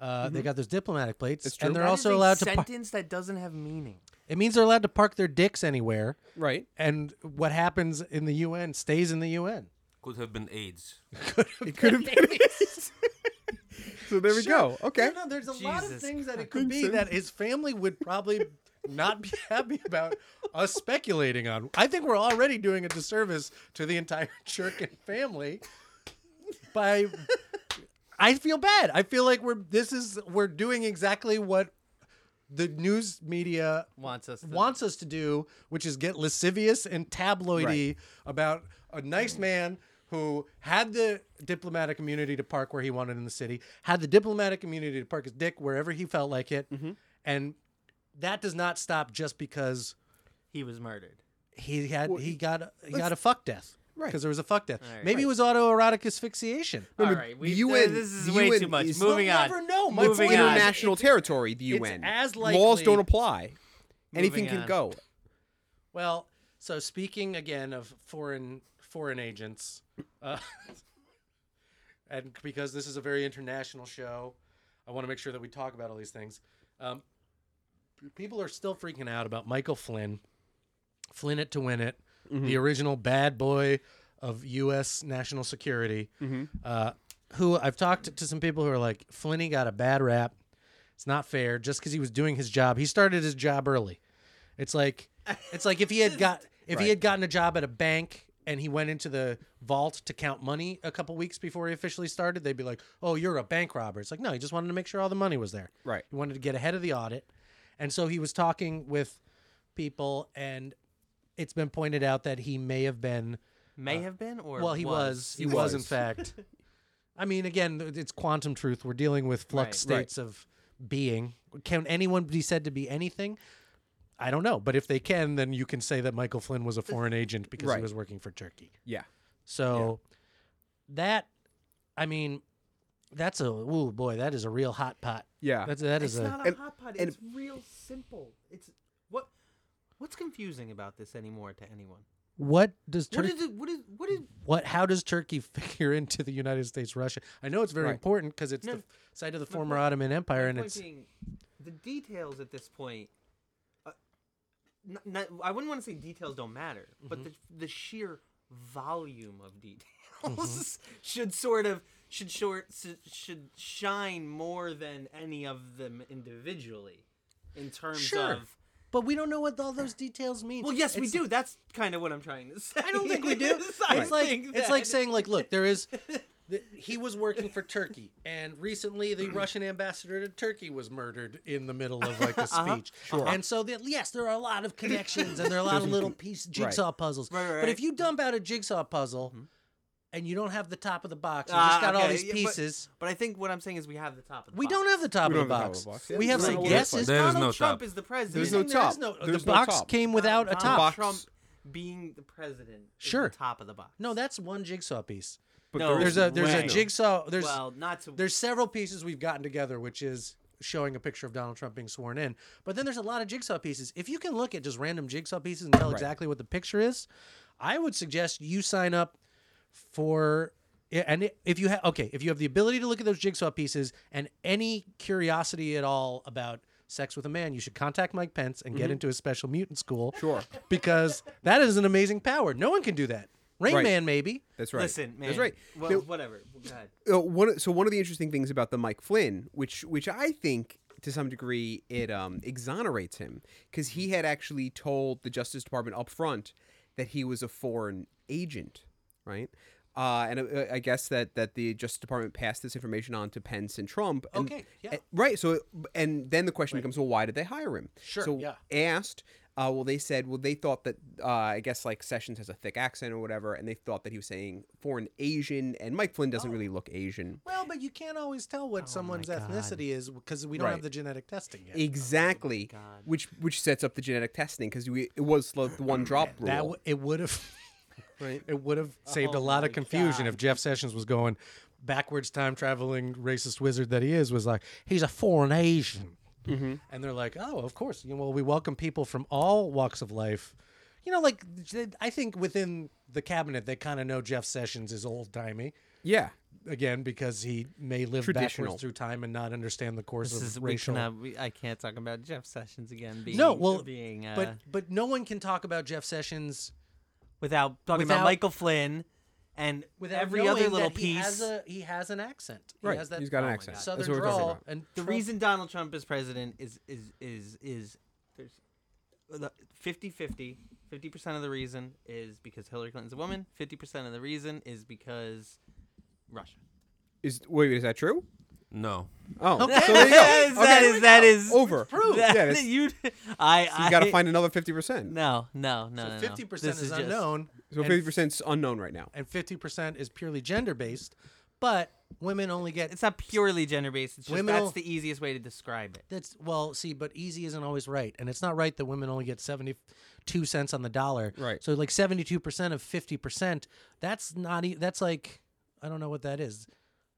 [SPEAKER 3] Uh, They got those diplomatic plates,
[SPEAKER 4] It's Mm-hmm. true.
[SPEAKER 3] and they're
[SPEAKER 2] That is
[SPEAKER 3] also
[SPEAKER 2] a
[SPEAKER 3] allowed to. Par-
[SPEAKER 2] sentence that doesn't have meaning.
[SPEAKER 3] it means they're allowed to park their dicks anywhere,
[SPEAKER 4] Right.
[SPEAKER 3] and what happens in the UN stays in the UN.
[SPEAKER 6] Could have been AIDS.
[SPEAKER 4] It could have been. so there we go. Okay.
[SPEAKER 3] No, no, there's a lot of
[SPEAKER 2] Jesus
[SPEAKER 3] things that it could be that his family would probably not be happy about us speculating on. I think we're already doing a disservice to the entire Churkin family by I feel bad. I feel like we're this is we're doing exactly what the news media
[SPEAKER 2] Wants us to-
[SPEAKER 3] wants us to do, which is get lascivious and tabloidy about a nice man who had the diplomatic immunity to park where he wanted in the city, had the diplomatic immunity to park his dick wherever he felt like it,
[SPEAKER 2] Mm-hmm.
[SPEAKER 3] and that does not stop just because
[SPEAKER 2] He was murdered.
[SPEAKER 3] he had he got he got a fuck death.
[SPEAKER 4] Right.
[SPEAKER 3] Because there was a fuck death.
[SPEAKER 2] Right.
[SPEAKER 3] Maybe it was autoerotic asphyxiation.
[SPEAKER 2] All
[SPEAKER 4] Remember,
[SPEAKER 2] right,
[SPEAKER 4] the
[SPEAKER 2] we, uh,
[SPEAKER 4] UN
[SPEAKER 2] this is
[SPEAKER 4] the
[SPEAKER 2] way
[SPEAKER 4] UN
[SPEAKER 2] too much.
[SPEAKER 4] is-
[SPEAKER 2] Moving
[SPEAKER 3] We'll
[SPEAKER 2] on.
[SPEAKER 3] never know. My
[SPEAKER 2] Moving
[SPEAKER 3] point
[SPEAKER 2] on.
[SPEAKER 3] is-
[SPEAKER 4] International territory, the
[SPEAKER 3] it's
[SPEAKER 4] UN.
[SPEAKER 3] as
[SPEAKER 4] Laws
[SPEAKER 3] likely-
[SPEAKER 4] don't apply. Anything
[SPEAKER 2] Moving
[SPEAKER 4] can
[SPEAKER 2] on.
[SPEAKER 4] go.
[SPEAKER 3] Well, so speaking again of foreign foreign agents, uh, and because this is a very international show, I want to make sure that we talk about all these things. Um, people are still freaking out about Michael Flynn, Flynn it to win it, the original bad boy of U.S. national security. Uh, who I've talked to some people who are like, Flinney got a bad rap. It's not fair. Just because he was doing his job, he started his job early. It's like it's like if he had got if he had gotten a job at a bank and he went into the vault to count money a couple weeks before he officially started, they'd be like, "Oh, you're a bank robber." It's like, "No, he just wanted to make sure all the money was there."
[SPEAKER 4] Right.
[SPEAKER 3] He wanted to get ahead of the audit. And so he was talking with people and it's been pointed out that he may have been
[SPEAKER 2] May have been or
[SPEAKER 3] well, he was. He was, in
[SPEAKER 4] was.
[SPEAKER 3] fact. I mean, again, th- it's quantum truth. We're dealing with flux
[SPEAKER 4] Right. Right.
[SPEAKER 3] states of being. Can anyone be said to be anything? I don't know. But if they can, then you can say that Michael Flynn was a foreign agent because
[SPEAKER 4] Right.
[SPEAKER 3] he was working for Turkey.
[SPEAKER 4] Yeah.
[SPEAKER 3] So that, I mean, that's a, ooh, boy, that is a real hot pot.
[SPEAKER 4] Yeah.
[SPEAKER 3] That's, that
[SPEAKER 2] It's
[SPEAKER 3] is a,
[SPEAKER 2] not a
[SPEAKER 4] and-
[SPEAKER 2] hot pot.
[SPEAKER 4] and-
[SPEAKER 2] it's real simple. It's what. What's confusing about this anymore to anyone?
[SPEAKER 3] what does
[SPEAKER 2] What
[SPEAKER 3] Turkey,
[SPEAKER 2] is it? What is what is?
[SPEAKER 3] what, how does Turkey figure into the United States, Russia? I know it's very
[SPEAKER 4] Right.
[SPEAKER 3] important because it's
[SPEAKER 2] No,
[SPEAKER 3] the site of the
[SPEAKER 2] my
[SPEAKER 3] former
[SPEAKER 2] point-
[SPEAKER 3] Ottoman Empire
[SPEAKER 2] my
[SPEAKER 3] and
[SPEAKER 2] point
[SPEAKER 3] it's,
[SPEAKER 2] being, the details at this point. uh, n- n- I wouldn't want to say details don't matter, but
[SPEAKER 3] Mm-hmm.
[SPEAKER 2] the, the sheer volume of details
[SPEAKER 3] Mm-hmm.
[SPEAKER 2] should sort of should short s- should shine more than any of them individually, in terms
[SPEAKER 3] Sure.
[SPEAKER 2] of.
[SPEAKER 3] But we don't know what all those details mean.
[SPEAKER 2] Well, yes, we
[SPEAKER 3] It's-
[SPEAKER 2] do. That's kind of what I'm trying to say.
[SPEAKER 3] I don't think we do. it's
[SPEAKER 2] I
[SPEAKER 3] like
[SPEAKER 2] think
[SPEAKER 3] it's like
[SPEAKER 2] that-
[SPEAKER 3] saying like, look, there is. th- He was working for Turkey, and recently the Russian ambassador to Turkey was murdered in the middle of like a
[SPEAKER 2] Uh-huh.
[SPEAKER 3] speech. Sure. And so, that yes, there are a lot of connections, and there are a lot of little piece jigsaw puzzles.
[SPEAKER 2] Right, right,
[SPEAKER 3] But
[SPEAKER 2] right. Mm-hmm.
[SPEAKER 3] if you dump out a jigsaw puzzle, and you don't have the top of the box, you
[SPEAKER 2] Ah,
[SPEAKER 3] just got all
[SPEAKER 2] okay,
[SPEAKER 3] these
[SPEAKER 2] yeah, but-
[SPEAKER 3] pieces.
[SPEAKER 2] But, I think what I'm saying is we have the top. Of the
[SPEAKER 3] we
[SPEAKER 2] box.
[SPEAKER 3] don't have the top,
[SPEAKER 4] We
[SPEAKER 3] of the,
[SPEAKER 4] don't have the top
[SPEAKER 3] box.
[SPEAKER 4] of the box. Yeah,
[SPEAKER 3] We have
[SPEAKER 4] there's
[SPEAKER 3] some
[SPEAKER 4] no
[SPEAKER 3] guesses.
[SPEAKER 4] website.
[SPEAKER 6] There is
[SPEAKER 2] Donald
[SPEAKER 6] no
[SPEAKER 2] Trump
[SPEAKER 6] top.
[SPEAKER 2] is the president.
[SPEAKER 4] There's no
[SPEAKER 3] There is
[SPEAKER 4] top.
[SPEAKER 3] no- the
[SPEAKER 4] There's no
[SPEAKER 3] box
[SPEAKER 4] top.
[SPEAKER 3] came without a
[SPEAKER 2] Donald
[SPEAKER 3] top.
[SPEAKER 4] box.
[SPEAKER 2] Trump being the president. is the
[SPEAKER 3] Sure.
[SPEAKER 2] top of the box.
[SPEAKER 3] No, that's one jigsaw piece.
[SPEAKER 4] But
[SPEAKER 2] No,
[SPEAKER 3] There's a there's
[SPEAKER 2] way.
[SPEAKER 3] a jigsaw. There's
[SPEAKER 2] well, not to.
[SPEAKER 3] there's several pieces we've gotten together, which is showing a picture of Donald Trump being sworn in. But then there's a lot of jigsaw pieces. If you can look at just random jigsaw pieces and tell exactly what the picture is, I would suggest you sign up for. yeah, And if you have okay, if you have the ability to look at those jigsaw pieces and any curiosity at all about sex with a man, you should contact Mike Pence and get into his special mutant school.
[SPEAKER 4] Mm-hmm. Sure.
[SPEAKER 3] because that is an amazing power. No one can do that. Rain
[SPEAKER 4] Right.
[SPEAKER 3] Man, maybe.
[SPEAKER 4] That's right.
[SPEAKER 2] Listen, man.
[SPEAKER 4] That's right.
[SPEAKER 2] Well,
[SPEAKER 4] Now,
[SPEAKER 2] whatever. Go ahead.
[SPEAKER 4] uh, one so one of the interesting things about the Mike Flynn, which which I think to some degree it um, exonerates him because he had actually told the Justice Department up front that he was a foreign agent, right? Uh, and uh, I guess that that the Justice Department passed this information on to Pence and Trump. And,
[SPEAKER 3] Okay, yeah.
[SPEAKER 4] and- right. So and then the question becomes, well, why did they hire him?
[SPEAKER 3] Sure,
[SPEAKER 4] So
[SPEAKER 3] yeah.
[SPEAKER 4] asked. Uh, well, they said, well, they thought that, uh, I guess, like Sessions has a thick accent or whatever, and they thought that he was saying foreign Asian, and Mike Flynn doesn't
[SPEAKER 3] Oh.
[SPEAKER 4] really look Asian.
[SPEAKER 3] Well, but you can't always tell what someone's ethnicity is because we don't
[SPEAKER 4] Right.
[SPEAKER 3] have the genetic testing yet.
[SPEAKER 4] Exactly, which which sets up the genetic testing because it was like the one drop rule.
[SPEAKER 3] that w- it would have,
[SPEAKER 4] Right.
[SPEAKER 3] It would have saved a
[SPEAKER 2] Oh
[SPEAKER 3] lot of
[SPEAKER 2] my
[SPEAKER 3] confusion
[SPEAKER 2] God.
[SPEAKER 3] if Jeff Sessions was going backwards time traveling racist wizard that he is was like he's a foreign
[SPEAKER 4] Mm-hmm.
[SPEAKER 3] Asian, and they're like, oh, of course. You know, well, we welcome people from all walks of life. you know, like j- I think within the cabinet, they kind of know Jeff Sessions is old timey
[SPEAKER 4] Yeah.
[SPEAKER 3] again because he may live
[SPEAKER 4] Traditional.
[SPEAKER 3] backwards through time and not understand the course
[SPEAKER 2] This
[SPEAKER 3] of
[SPEAKER 2] is we
[SPEAKER 3] racial.
[SPEAKER 2] cannot, we, I can't talk about Jeff Sessions again. Being,
[SPEAKER 3] no, well,
[SPEAKER 2] being uh,
[SPEAKER 3] but but no one can talk about Jeff Sessions
[SPEAKER 2] without talking
[SPEAKER 3] without-
[SPEAKER 2] about Michael Flynn and
[SPEAKER 3] without
[SPEAKER 2] every other
[SPEAKER 3] knowing
[SPEAKER 2] little
[SPEAKER 3] that
[SPEAKER 2] piece.
[SPEAKER 3] He has, a, he has an accent. He
[SPEAKER 4] Right.
[SPEAKER 3] has that
[SPEAKER 4] He's got an
[SPEAKER 2] oh my
[SPEAKER 4] accent.
[SPEAKER 2] God.
[SPEAKER 3] southern
[SPEAKER 4] That's what we're talking
[SPEAKER 3] drawl.
[SPEAKER 4] about.
[SPEAKER 3] And
[SPEAKER 2] the
[SPEAKER 3] Trump-
[SPEAKER 2] reason Donald Trump is president is is is is there's the 50-50 50% of the reason is because Hillary Clinton's a woman, 50% of the reason is because Russia.
[SPEAKER 4] Is wait, is that true?
[SPEAKER 6] No.
[SPEAKER 4] Oh, so there you go.
[SPEAKER 2] That is- that is that is
[SPEAKER 4] Over.
[SPEAKER 3] Oh,
[SPEAKER 2] that-
[SPEAKER 4] Yeah, that's-
[SPEAKER 2] you I I
[SPEAKER 4] you got to find another fifty percent.
[SPEAKER 2] No, no, no. no, no.
[SPEAKER 3] fifty percent
[SPEAKER 2] This
[SPEAKER 3] is,
[SPEAKER 2] just-
[SPEAKER 3] unknown,
[SPEAKER 4] So fifty percent's unknown right now.
[SPEAKER 3] and fifty percent is purely gender based. But women only get
[SPEAKER 2] It's not purely gender based. It's just
[SPEAKER 3] Women will-
[SPEAKER 2] that's the easiest way to describe it.
[SPEAKER 3] That's well, see, but easy isn't always right, and it's not right that women only get seventy-two cents on the dollar.
[SPEAKER 4] Right.
[SPEAKER 3] So like seventy-two percent of fifty percent. That's not. E- that's like I don't know what that is.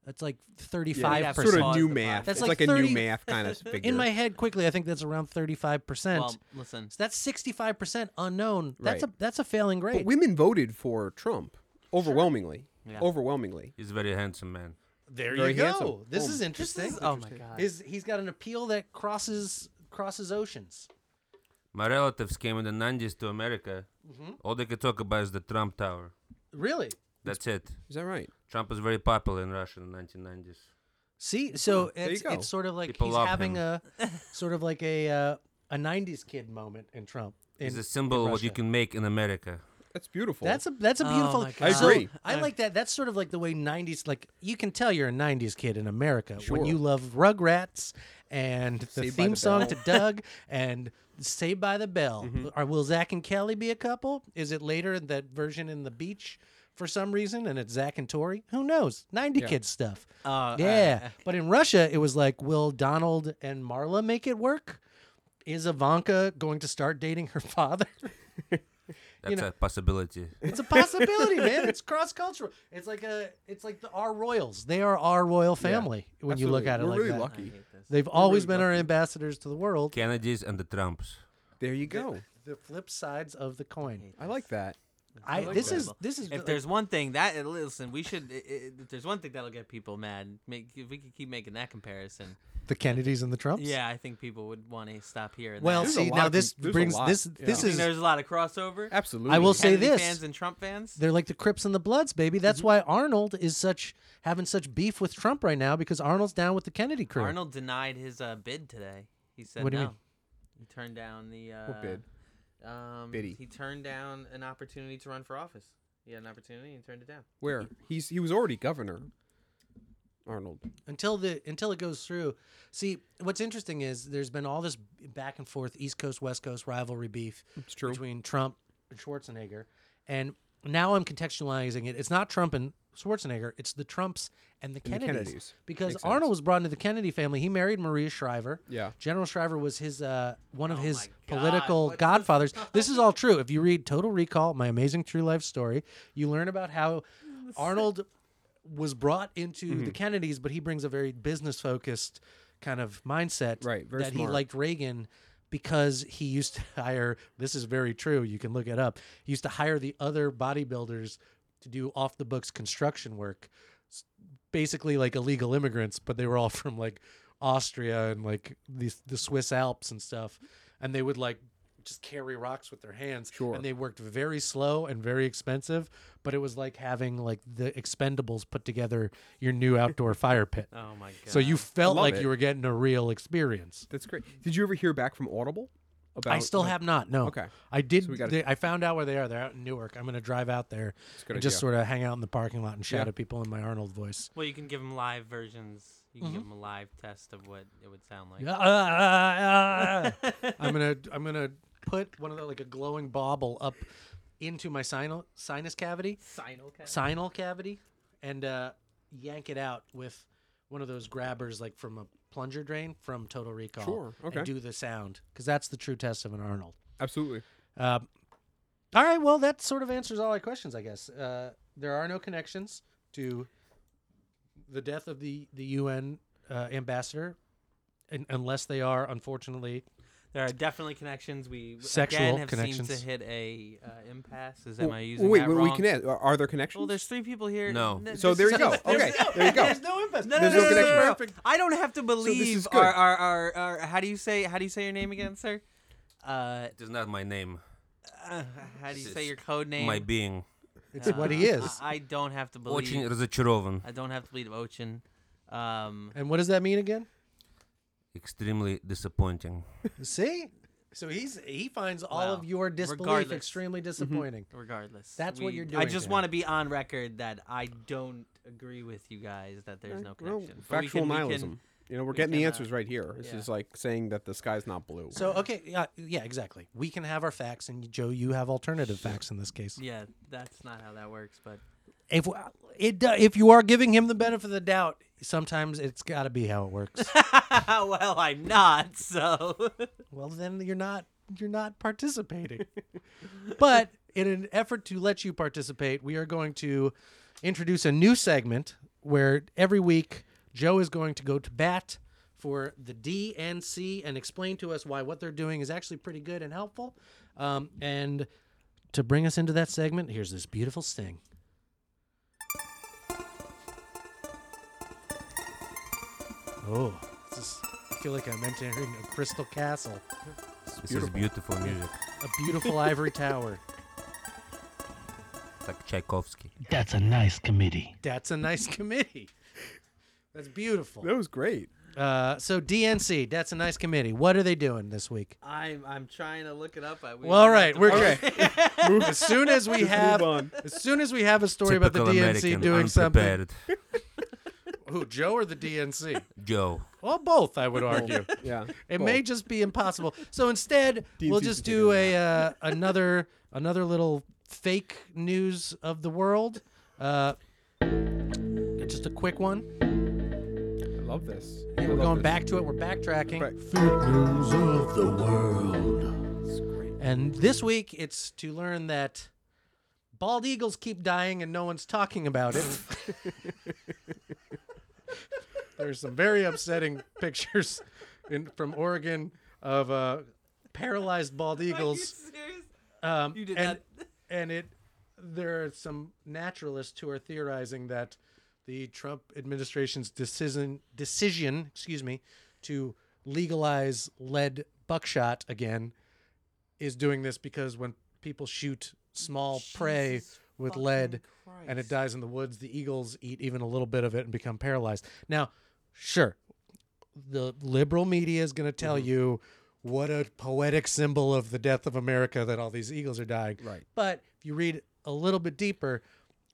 [SPEAKER 3] That's like thirty-five
[SPEAKER 2] Yeah,
[SPEAKER 4] Sort
[SPEAKER 3] percent.
[SPEAKER 4] of
[SPEAKER 2] Pause
[SPEAKER 4] new
[SPEAKER 2] the
[SPEAKER 4] math.
[SPEAKER 2] podcast.
[SPEAKER 3] That's
[SPEAKER 4] it's
[SPEAKER 3] like
[SPEAKER 4] like, a
[SPEAKER 3] 30
[SPEAKER 4] new math kind of figure.
[SPEAKER 3] In my head, quickly, I think that's around thirty-five percent.
[SPEAKER 2] Well, listen.
[SPEAKER 3] so that's sixty-five percent unknown. That's
[SPEAKER 4] Right.
[SPEAKER 3] a that's a failing grade.
[SPEAKER 4] but women voted for Trump overwhelmingly.
[SPEAKER 2] Yeah.
[SPEAKER 4] Overwhelmingly.
[SPEAKER 6] He's a very handsome man.
[SPEAKER 3] there
[SPEAKER 4] very
[SPEAKER 3] you go.
[SPEAKER 4] handsome.
[SPEAKER 3] This
[SPEAKER 4] Oh,
[SPEAKER 3] is
[SPEAKER 4] this
[SPEAKER 3] interesting.
[SPEAKER 2] Oh my god.
[SPEAKER 3] His, he's got an appeal that crosses crosses oceans.
[SPEAKER 6] My relatives came in the 90s to America. All they could talk about is the Trump Tower.
[SPEAKER 3] Really.
[SPEAKER 6] That's it.
[SPEAKER 4] Is that right?
[SPEAKER 6] Trump was very popular in Russia in the 1990s.
[SPEAKER 3] See, so
[SPEAKER 4] you
[SPEAKER 3] it's,
[SPEAKER 4] go.
[SPEAKER 3] it's sort of like
[SPEAKER 6] People
[SPEAKER 3] he's
[SPEAKER 6] love
[SPEAKER 3] having
[SPEAKER 6] him.
[SPEAKER 3] a sort of like a uh, a '90s kid moment in Trump.
[SPEAKER 6] He's
[SPEAKER 3] in-
[SPEAKER 6] a symbol of what you
[SPEAKER 3] Russia.
[SPEAKER 6] can make in America.
[SPEAKER 4] That's beautiful.
[SPEAKER 3] That's a that's a
[SPEAKER 2] Oh
[SPEAKER 3] beautiful.
[SPEAKER 2] my
[SPEAKER 4] I
[SPEAKER 2] God.
[SPEAKER 3] So,
[SPEAKER 4] agree.
[SPEAKER 3] I like that. That's sort of like the way '90s. Like you can tell you're a '90s kid in America
[SPEAKER 4] Sure.
[SPEAKER 3] when you love Rugrats and the
[SPEAKER 4] Saved by
[SPEAKER 3] theme
[SPEAKER 4] the
[SPEAKER 3] song
[SPEAKER 4] Bell. Mm-hmm.
[SPEAKER 3] to Doug and Saved by the Bell. Are will Zach and Kelly be a couple? Is it later in that version in the beach? For some reason, and it's Zach and Tori. Who knows? Ninety kids stuff.
[SPEAKER 2] Uh,
[SPEAKER 3] Yeah, but in Russia, it was like, will Donald and Marla make it work? Is Ivanka going to start dating her father?
[SPEAKER 6] That's a possibility.
[SPEAKER 3] it's a possibility, man. It's cross cultural. It's like a, it's like the our royals. They are our royal family when you look
[SPEAKER 4] Absolutely.
[SPEAKER 3] at it
[SPEAKER 4] We're
[SPEAKER 3] like
[SPEAKER 4] really
[SPEAKER 3] that.
[SPEAKER 4] lucky.
[SPEAKER 3] They've always been our ambassadors to the world.
[SPEAKER 6] Kennedy's and the Trumps.
[SPEAKER 4] There you go.
[SPEAKER 3] The flip sides of the coin.
[SPEAKER 4] I like that.
[SPEAKER 3] I,
[SPEAKER 2] like
[SPEAKER 3] this
[SPEAKER 2] that.
[SPEAKER 3] is this is
[SPEAKER 2] If there's one thing that uh, listen, we should. i- i- If there's one thing that'll get people mad, make if we could keep making that comparison.
[SPEAKER 3] the Kennedys and the Trumps.
[SPEAKER 2] Yeah, I think people would want to stop here.
[SPEAKER 3] Well,
[SPEAKER 4] There's a
[SPEAKER 3] see
[SPEAKER 4] lot
[SPEAKER 3] now
[SPEAKER 4] of-
[SPEAKER 3] this
[SPEAKER 4] there's a
[SPEAKER 3] brings
[SPEAKER 4] lot.
[SPEAKER 3] this
[SPEAKER 4] Yeah.
[SPEAKER 3] this
[SPEAKER 4] I mean,
[SPEAKER 3] is
[SPEAKER 2] there's a lot of crossover.
[SPEAKER 4] Absolutely.
[SPEAKER 3] I will say
[SPEAKER 2] Kennedy
[SPEAKER 3] this
[SPEAKER 2] fans and Trump fans.
[SPEAKER 3] They're like the Crips and the Bloods, baby. That's
[SPEAKER 4] Mm-hmm.
[SPEAKER 3] why Arnold is such having such beef with Trump right now because Arnold's down with the Kennedy crew.
[SPEAKER 2] Arnold denied his uh, bid today. He said
[SPEAKER 3] What do
[SPEAKER 2] no.
[SPEAKER 3] you mean?
[SPEAKER 2] He turned down the uh,
[SPEAKER 4] What bid?
[SPEAKER 2] Um,
[SPEAKER 4] Biddy.
[SPEAKER 2] He turned down an opportunity to run for office. He had an opportunity and turned it down.
[SPEAKER 4] Where he's he was already governor. Arnold.
[SPEAKER 3] until the until it goes through. See, what's interesting is there's been all this back and forth East Coast West Coast rivalry beef
[SPEAKER 4] true.
[SPEAKER 3] between Trump and Schwarzenegger, and now I'm contextualizing it. It's not Trump and Schwarzenegger; it's the Trumps and the
[SPEAKER 4] And the
[SPEAKER 3] Kennedys.
[SPEAKER 4] Kennedys.
[SPEAKER 3] Because
[SPEAKER 4] Makes sense.
[SPEAKER 3] Arnold was brought into the Kennedy family. He married Maria Shriver.
[SPEAKER 4] Yeah.
[SPEAKER 3] General Shriver was his uh, one of his
[SPEAKER 2] Oh God,
[SPEAKER 3] political
[SPEAKER 2] what the
[SPEAKER 3] godfathers. This is all true. If you read Total Recall, my amazing true life story, you learn about how Arnold was brought into
[SPEAKER 4] Mm-hmm.
[SPEAKER 3] the Kennedys, but he brings a very business focused kind of mindset.
[SPEAKER 4] Right, very
[SPEAKER 3] that
[SPEAKER 4] smart.
[SPEAKER 3] he liked Reagan because he used to hire. This is very true. You can look it up. He used to hire the other bodybuilders to do off the books construction work, s- basically like illegal immigrants, but they were all from like Austria and like the the Swiss Alps and stuff, and they would like. Just carry rocks with their hands,
[SPEAKER 4] Sure.
[SPEAKER 3] and they worked very slow and very expensive. But it was like having like the Expendables put together your new outdoor fire pit.
[SPEAKER 2] Oh my god!
[SPEAKER 3] So you felt
[SPEAKER 4] love
[SPEAKER 3] like
[SPEAKER 4] it.
[SPEAKER 3] you were getting a real experience.
[SPEAKER 4] That's great. Did you ever hear back from Audible? About
[SPEAKER 3] I still have not. No.
[SPEAKER 4] Okay.
[SPEAKER 3] I did.
[SPEAKER 4] we gotta-
[SPEAKER 3] they, I found out where they are. They're out in Newark. I'm going to drive out there
[SPEAKER 4] good
[SPEAKER 3] and just
[SPEAKER 4] idea.
[SPEAKER 3] sort of hang out in the parking lot and shout
[SPEAKER 4] Yeah.
[SPEAKER 3] at people in my Arnold voice.
[SPEAKER 2] well, you can give them live versions. You can give
[SPEAKER 3] Mm-hmm.
[SPEAKER 2] them a live test of what it would sound like.
[SPEAKER 3] Yeah, ah, ah, ah. I'm gonna I'm gonna put one of the like a glowing bauble up into my sinus sinus cavity,
[SPEAKER 2] Sinal cast.
[SPEAKER 3] sinal cavity, and uh, yank it out with one of those grabbers like from a plunger drain from Total Recall.
[SPEAKER 4] Sure, okay.
[SPEAKER 3] And do the sound because that's the true test of an Arnold.
[SPEAKER 4] Absolutely.
[SPEAKER 3] Um, all right. Well, that sort of answers all our questions, I guess. Uh, there are no connections to the death of the the UN uh, ambassador, un unless they are, unfortunately,
[SPEAKER 2] There are definitely connections. We w-
[SPEAKER 3] Sexual
[SPEAKER 2] again have seemed
[SPEAKER 3] connections.
[SPEAKER 2] to hit a uh, impasse. Is am I using
[SPEAKER 4] wait,
[SPEAKER 2] that
[SPEAKER 4] wait,
[SPEAKER 2] wrong?
[SPEAKER 4] we can add. Are, are there connections?
[SPEAKER 2] Well, there's three people here.
[SPEAKER 6] No.
[SPEAKER 2] N-
[SPEAKER 4] so
[SPEAKER 2] this
[SPEAKER 4] there
[SPEAKER 2] is-
[SPEAKER 4] you go. Okay,
[SPEAKER 2] there's-
[SPEAKER 4] there you go.
[SPEAKER 1] There's no impasse.
[SPEAKER 2] No, no,
[SPEAKER 4] There's
[SPEAKER 2] no,
[SPEAKER 4] no
[SPEAKER 2] no, no, no, no.
[SPEAKER 4] connection.
[SPEAKER 2] I don't have to
[SPEAKER 4] this is
[SPEAKER 2] believe
[SPEAKER 4] good.
[SPEAKER 2] our, our, our, our how do you say how do you say your name again, sir? Uh,
[SPEAKER 6] It is not my name,
[SPEAKER 2] uh, how do you
[SPEAKER 6] This
[SPEAKER 2] say
[SPEAKER 6] is
[SPEAKER 2] your code name?
[SPEAKER 6] my being.
[SPEAKER 3] It's what he
[SPEAKER 2] I,
[SPEAKER 3] is.
[SPEAKER 2] I don't have to believe.
[SPEAKER 6] Очень разочарован.
[SPEAKER 2] I don't have to believe Ocean. Um,
[SPEAKER 3] And what does that mean again?
[SPEAKER 6] Extremely disappointing.
[SPEAKER 3] See? So he's he finds all
[SPEAKER 2] Wow.
[SPEAKER 3] of your disbelief
[SPEAKER 2] Regardless.
[SPEAKER 3] extremely disappointing.
[SPEAKER 2] regardless,
[SPEAKER 3] That's what
[SPEAKER 2] we-
[SPEAKER 3] you're
[SPEAKER 2] I
[SPEAKER 3] doing
[SPEAKER 2] just
[SPEAKER 3] there.
[SPEAKER 2] want to be on record that I don't agree with you guys that there's no
[SPEAKER 4] Well,
[SPEAKER 2] connection. But we
[SPEAKER 4] factual
[SPEAKER 2] can- we can-
[SPEAKER 4] nihilism. you know, we're getting the
[SPEAKER 2] can, uh,
[SPEAKER 4] answers right here. This
[SPEAKER 2] yeah.
[SPEAKER 4] is like saying that the sky's not blue.
[SPEAKER 3] So okay, yeah, yeah, exactly. We can have our facts, and Joe, you have alternative facts in this case.
[SPEAKER 2] yeah, that's not how that works, but
[SPEAKER 3] If it do- if you are giving him the benefit of the doubt, sometimes it's got to be how it works.
[SPEAKER 2] well, I'm not. So
[SPEAKER 3] well, then you're not you're not participating. but in an effort to let you participate, we are going to introduce a new segment where every week Joe is going to go to bat for the D and C and explain to us why what they're doing is actually pretty good and helpful. Um, and to bring us into that segment, here's this beautiful sting. Oh, this is, I feel like I'm entering a crystal castle,
[SPEAKER 6] This is beautiful music,
[SPEAKER 3] a beautiful ivory tower.
[SPEAKER 6] It's like Tchaikovsky.
[SPEAKER 7] That's a nice committee.
[SPEAKER 3] That's a nice committee. That's beautiful.
[SPEAKER 4] that was great.
[SPEAKER 3] Uh, so DNC, that's a nice committee. What are they doing this week?
[SPEAKER 2] I'm I'm trying to look it up. I, we
[SPEAKER 3] Well, all
[SPEAKER 2] might have
[SPEAKER 3] right,
[SPEAKER 2] to
[SPEAKER 3] we're okay.
[SPEAKER 2] pause.
[SPEAKER 3] as soon as we have,
[SPEAKER 4] on.
[SPEAKER 3] as soon as we have a story
[SPEAKER 6] Typical
[SPEAKER 3] about the DNC
[SPEAKER 6] American,
[SPEAKER 3] doing something,
[SPEAKER 6] unprepared.
[SPEAKER 3] who Joe or the DNC?
[SPEAKER 6] Joe.
[SPEAKER 3] Well, both, I would argue.
[SPEAKER 4] Yeah.
[SPEAKER 3] It may just be impossible. So instead, we'll
[SPEAKER 4] DNC
[SPEAKER 3] just do a uh, another another little fake news of the world. Uh, just a quick one.
[SPEAKER 4] I love this. I
[SPEAKER 3] Yeah, we're
[SPEAKER 4] love
[SPEAKER 3] going
[SPEAKER 4] this.
[SPEAKER 3] back to it. We're backtracking.
[SPEAKER 4] Right.
[SPEAKER 1] Fake news of the world.
[SPEAKER 3] And this week, it's to learn that bald eagles keep dying and no one's talking about it. There's some very upsetting pictures in, from Oregon of uh, paralyzed bald
[SPEAKER 2] Are you
[SPEAKER 3] eagles.
[SPEAKER 2] serious?
[SPEAKER 3] Um,
[SPEAKER 2] You did
[SPEAKER 3] and, and it, there are some naturalists who are theorizing that the Trump administration's decision, decision, excuse me, to legalize lead buckshot again, is doing this because when people shoot small prey
[SPEAKER 2] Jesus
[SPEAKER 3] with
[SPEAKER 2] fucking
[SPEAKER 3] lead and it
[SPEAKER 2] Christ.
[SPEAKER 3] dies in the woods, the eagles eat even a little bit of it and become paralyzed. Now, sure, the liberal media is going to tell you what a poetic symbol of the death of America that all these eagles are dying.
[SPEAKER 4] Right.
[SPEAKER 3] But if you read a little bit deeper,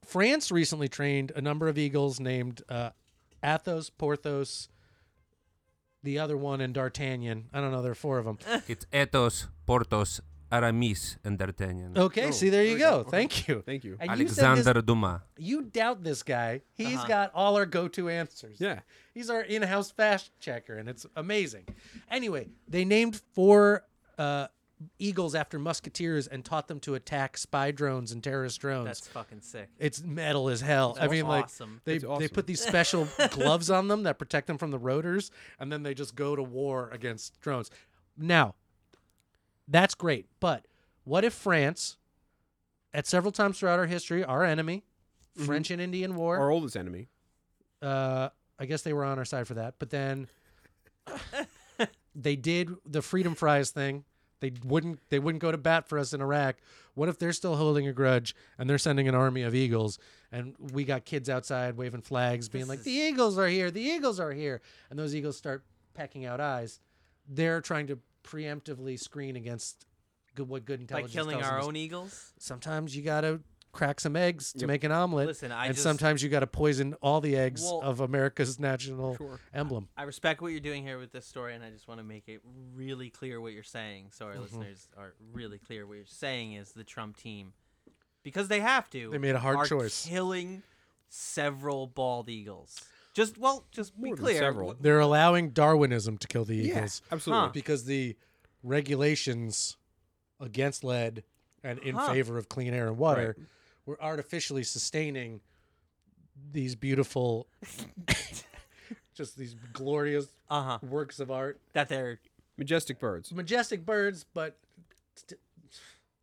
[SPEAKER 3] France recently trained a number of eagles named uh, Athos, Porthos, the other one, and D'Artagnan. I don't know, there are four of them.
[SPEAKER 6] It's Athos, Porthos, Aramis, and D'Artagnan.
[SPEAKER 3] Okay, see, there Oh, you go. Thank you.
[SPEAKER 4] Thank you.
[SPEAKER 3] And You,
[SPEAKER 6] Alexander
[SPEAKER 3] said this-
[SPEAKER 6] Dumas.
[SPEAKER 3] you doubt this guy. He's
[SPEAKER 2] Uh-huh.
[SPEAKER 3] got all our go-to answers.
[SPEAKER 4] Yeah.
[SPEAKER 3] He's our in-house fast checker, and it's amazing. Anyway, they named four uh, eagles after musketeers and taught them to attack spy drones and terrorist drones.
[SPEAKER 2] That's fucking sick.
[SPEAKER 3] it's metal as hell. I
[SPEAKER 2] That's
[SPEAKER 3] mean, like
[SPEAKER 2] awesome.
[SPEAKER 3] they
[SPEAKER 4] That's
[SPEAKER 3] they
[SPEAKER 4] awesome.
[SPEAKER 3] put these special gloves on them that protect them from the rotors, and then they just go to war against drones. Now, that's great, but what if France, at several times throughout our history, our enemy, French and Indian War,
[SPEAKER 4] Our oldest enemy.
[SPEAKER 3] uh, I guess they were on our side for that. But then they did the Freedom Fries thing. They wouldn't. They wouldn't go to bat for us in Iraq. What if they're still holding a grudge and they're sending an army of eagles, and we got kids outside waving flags, being like, "The eagles are here! The eagles are here!" And those eagles start pecking out eyes. They're trying to preemptively screen against good, what good
[SPEAKER 2] By
[SPEAKER 3] intelligence.
[SPEAKER 2] killing
[SPEAKER 3] tells
[SPEAKER 2] our
[SPEAKER 3] them is-
[SPEAKER 2] own eagles.
[SPEAKER 3] Sometimes you gotta crack some eggs to make an omelet.
[SPEAKER 2] Listen, I
[SPEAKER 3] and
[SPEAKER 2] just-
[SPEAKER 3] sometimes you gotta poison all the eggs
[SPEAKER 2] Well-
[SPEAKER 3] of America's national emblem.
[SPEAKER 2] I respect what you're doing here with this story, and I just want to make it really clear what you're saying, so our
[SPEAKER 3] Mm-hmm.
[SPEAKER 2] listeners are really clear. What you're saying is the Trump team, because they have to.
[SPEAKER 3] They made a hard
[SPEAKER 2] are
[SPEAKER 3] choice.
[SPEAKER 2] killing several bald eagles. Just well, just be
[SPEAKER 4] More than
[SPEAKER 2] clear.
[SPEAKER 4] several.
[SPEAKER 2] w-
[SPEAKER 3] They're allowing Darwinism to kill the eagles
[SPEAKER 4] absolutely.
[SPEAKER 2] Huh.
[SPEAKER 3] because the regulations against lead and in
[SPEAKER 2] Huh.
[SPEAKER 3] favor of clean air and water were artificially sustaining these beautiful, just these glorious
[SPEAKER 2] Uh huh.
[SPEAKER 3] works of art
[SPEAKER 2] That they're
[SPEAKER 4] Majestic birds.
[SPEAKER 3] majestic birds, but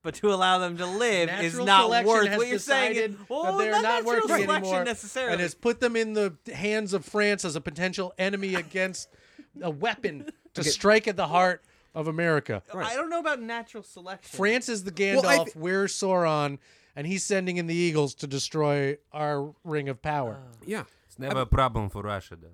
[SPEAKER 2] But to allow them to live is
[SPEAKER 3] natural
[SPEAKER 2] not
[SPEAKER 3] selection
[SPEAKER 2] worth
[SPEAKER 3] has
[SPEAKER 2] what you're saying.
[SPEAKER 3] decided
[SPEAKER 2] is- Well,
[SPEAKER 3] that they're
[SPEAKER 2] not,
[SPEAKER 3] not working
[SPEAKER 2] natural selection
[SPEAKER 3] anymore,
[SPEAKER 2] necessarily.
[SPEAKER 3] and has put them in the hands of France as a potential enemy against a weapon to strike at the heart of America.
[SPEAKER 2] I don't know about natural selection.
[SPEAKER 3] France is the Gandalf,
[SPEAKER 4] Well, I thi-
[SPEAKER 3] we're Sauron, and he's sending in the eagles to destroy our ring of power.
[SPEAKER 4] Yeah.
[SPEAKER 6] It's never a problem for Russia, though.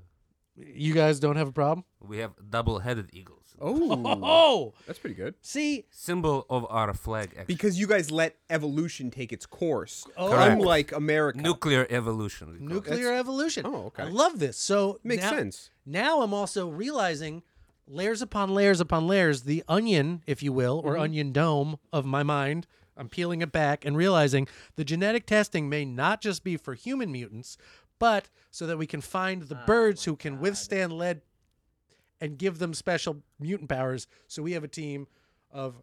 [SPEAKER 3] you guys don't have a problem?
[SPEAKER 6] We have double-headed eagles,
[SPEAKER 4] Oh,
[SPEAKER 3] Oh,
[SPEAKER 4] that's pretty good.
[SPEAKER 3] see,
[SPEAKER 6] symbol of our flag. Actually.
[SPEAKER 4] Because you guys let evolution take its course,
[SPEAKER 2] Oh.
[SPEAKER 6] Correct.
[SPEAKER 4] unlike America.
[SPEAKER 6] nuclear evolution. we call it.
[SPEAKER 3] nuclear evolution.
[SPEAKER 4] Oh, okay.
[SPEAKER 3] I love this. So
[SPEAKER 4] Makes
[SPEAKER 3] now-
[SPEAKER 4] sense.
[SPEAKER 3] Now I'm also realizing layers upon layers upon layers, the onion, if you will,
[SPEAKER 4] Mm-hmm.
[SPEAKER 3] or onion dome of my mind. I'm peeling it back and realizing the genetic testing may not just be for human mutants, but so that we can find
[SPEAKER 2] Oh,
[SPEAKER 3] the birds who can withstand lead and give them special mutant powers. So we have a team of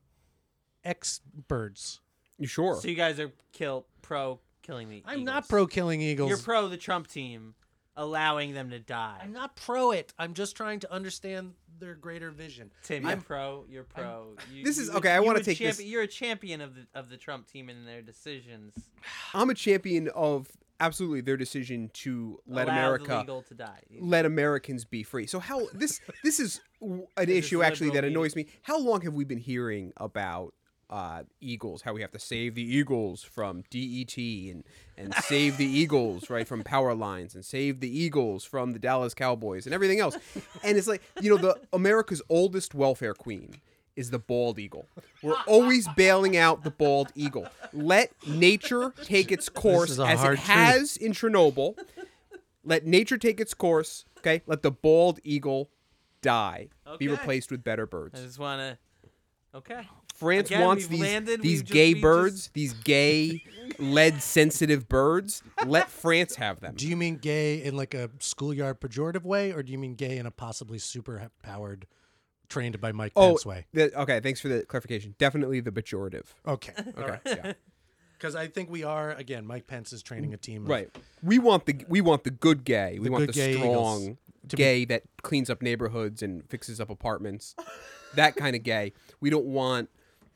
[SPEAKER 3] ex birds.
[SPEAKER 4] You sure?
[SPEAKER 2] So you guys are kill pro killing the.
[SPEAKER 3] I'm
[SPEAKER 2] Eagles.
[SPEAKER 3] not pro killing eagles.
[SPEAKER 2] You're pro the Trump team, allowing them to die.
[SPEAKER 3] I'm not pro it. I'm just trying to understand their greater vision.
[SPEAKER 2] Tim, you're pro. You're pro. You,
[SPEAKER 4] This is-
[SPEAKER 2] you a-
[SPEAKER 4] okay, I
[SPEAKER 2] you
[SPEAKER 4] wanna
[SPEAKER 2] a
[SPEAKER 4] take
[SPEAKER 2] champ-
[SPEAKER 4] this-
[SPEAKER 2] You're a champion of the of the Trump team and their decisions.
[SPEAKER 4] I'm a champion of absolutely their decision to let
[SPEAKER 2] Allow the
[SPEAKER 4] America
[SPEAKER 2] legal to die.
[SPEAKER 4] let Americans be free. So how this this is w- an
[SPEAKER 2] This is
[SPEAKER 4] issue actually that
[SPEAKER 2] liberal
[SPEAKER 4] annoys me. How long have we been hearing about uh, eagles? How we have to save the eagles from DET and and save the eagles right from power lines and save the eagles from the Dallas Cowboys and everything else. And it's like you know the America's oldest welfare queen is the bald eagle. We're always bailing out the bald eagle. Let nature take its course
[SPEAKER 3] is a
[SPEAKER 4] as it
[SPEAKER 3] hard truth.
[SPEAKER 4] has in Chernobyl. Let nature take its course. Okay. Let the bald eagle die. Be
[SPEAKER 2] Okay.
[SPEAKER 4] replaced with better
[SPEAKER 2] I
[SPEAKER 4] birds.
[SPEAKER 2] just want to. Okay.
[SPEAKER 4] France
[SPEAKER 2] Again,
[SPEAKER 4] wants
[SPEAKER 2] we've
[SPEAKER 4] these
[SPEAKER 2] landed,
[SPEAKER 4] these
[SPEAKER 2] we've just-
[SPEAKER 4] gay
[SPEAKER 2] we've just-
[SPEAKER 4] birds, these gay lead sensitive birds. Let France have them.
[SPEAKER 3] Do you mean gay in like a schoolyard pejorative way, or do you mean gay in a possibly super powered, trained by Mike
[SPEAKER 4] oh,
[SPEAKER 3] Pence way?
[SPEAKER 4] the, okay. Thanks for the clarification. Definitely the pejorative.
[SPEAKER 3] Okay,
[SPEAKER 4] Okay. yeah.
[SPEAKER 3] because I think we are again. Mike Pence is training a team. Of,
[SPEAKER 4] Mm, Right. We want the we want the good gay. We want
[SPEAKER 3] good
[SPEAKER 4] the
[SPEAKER 3] gay eagles
[SPEAKER 4] strong
[SPEAKER 3] to be-
[SPEAKER 4] gay that cleans up neighborhoods and fixes up apartments. that kind of gay. We don't want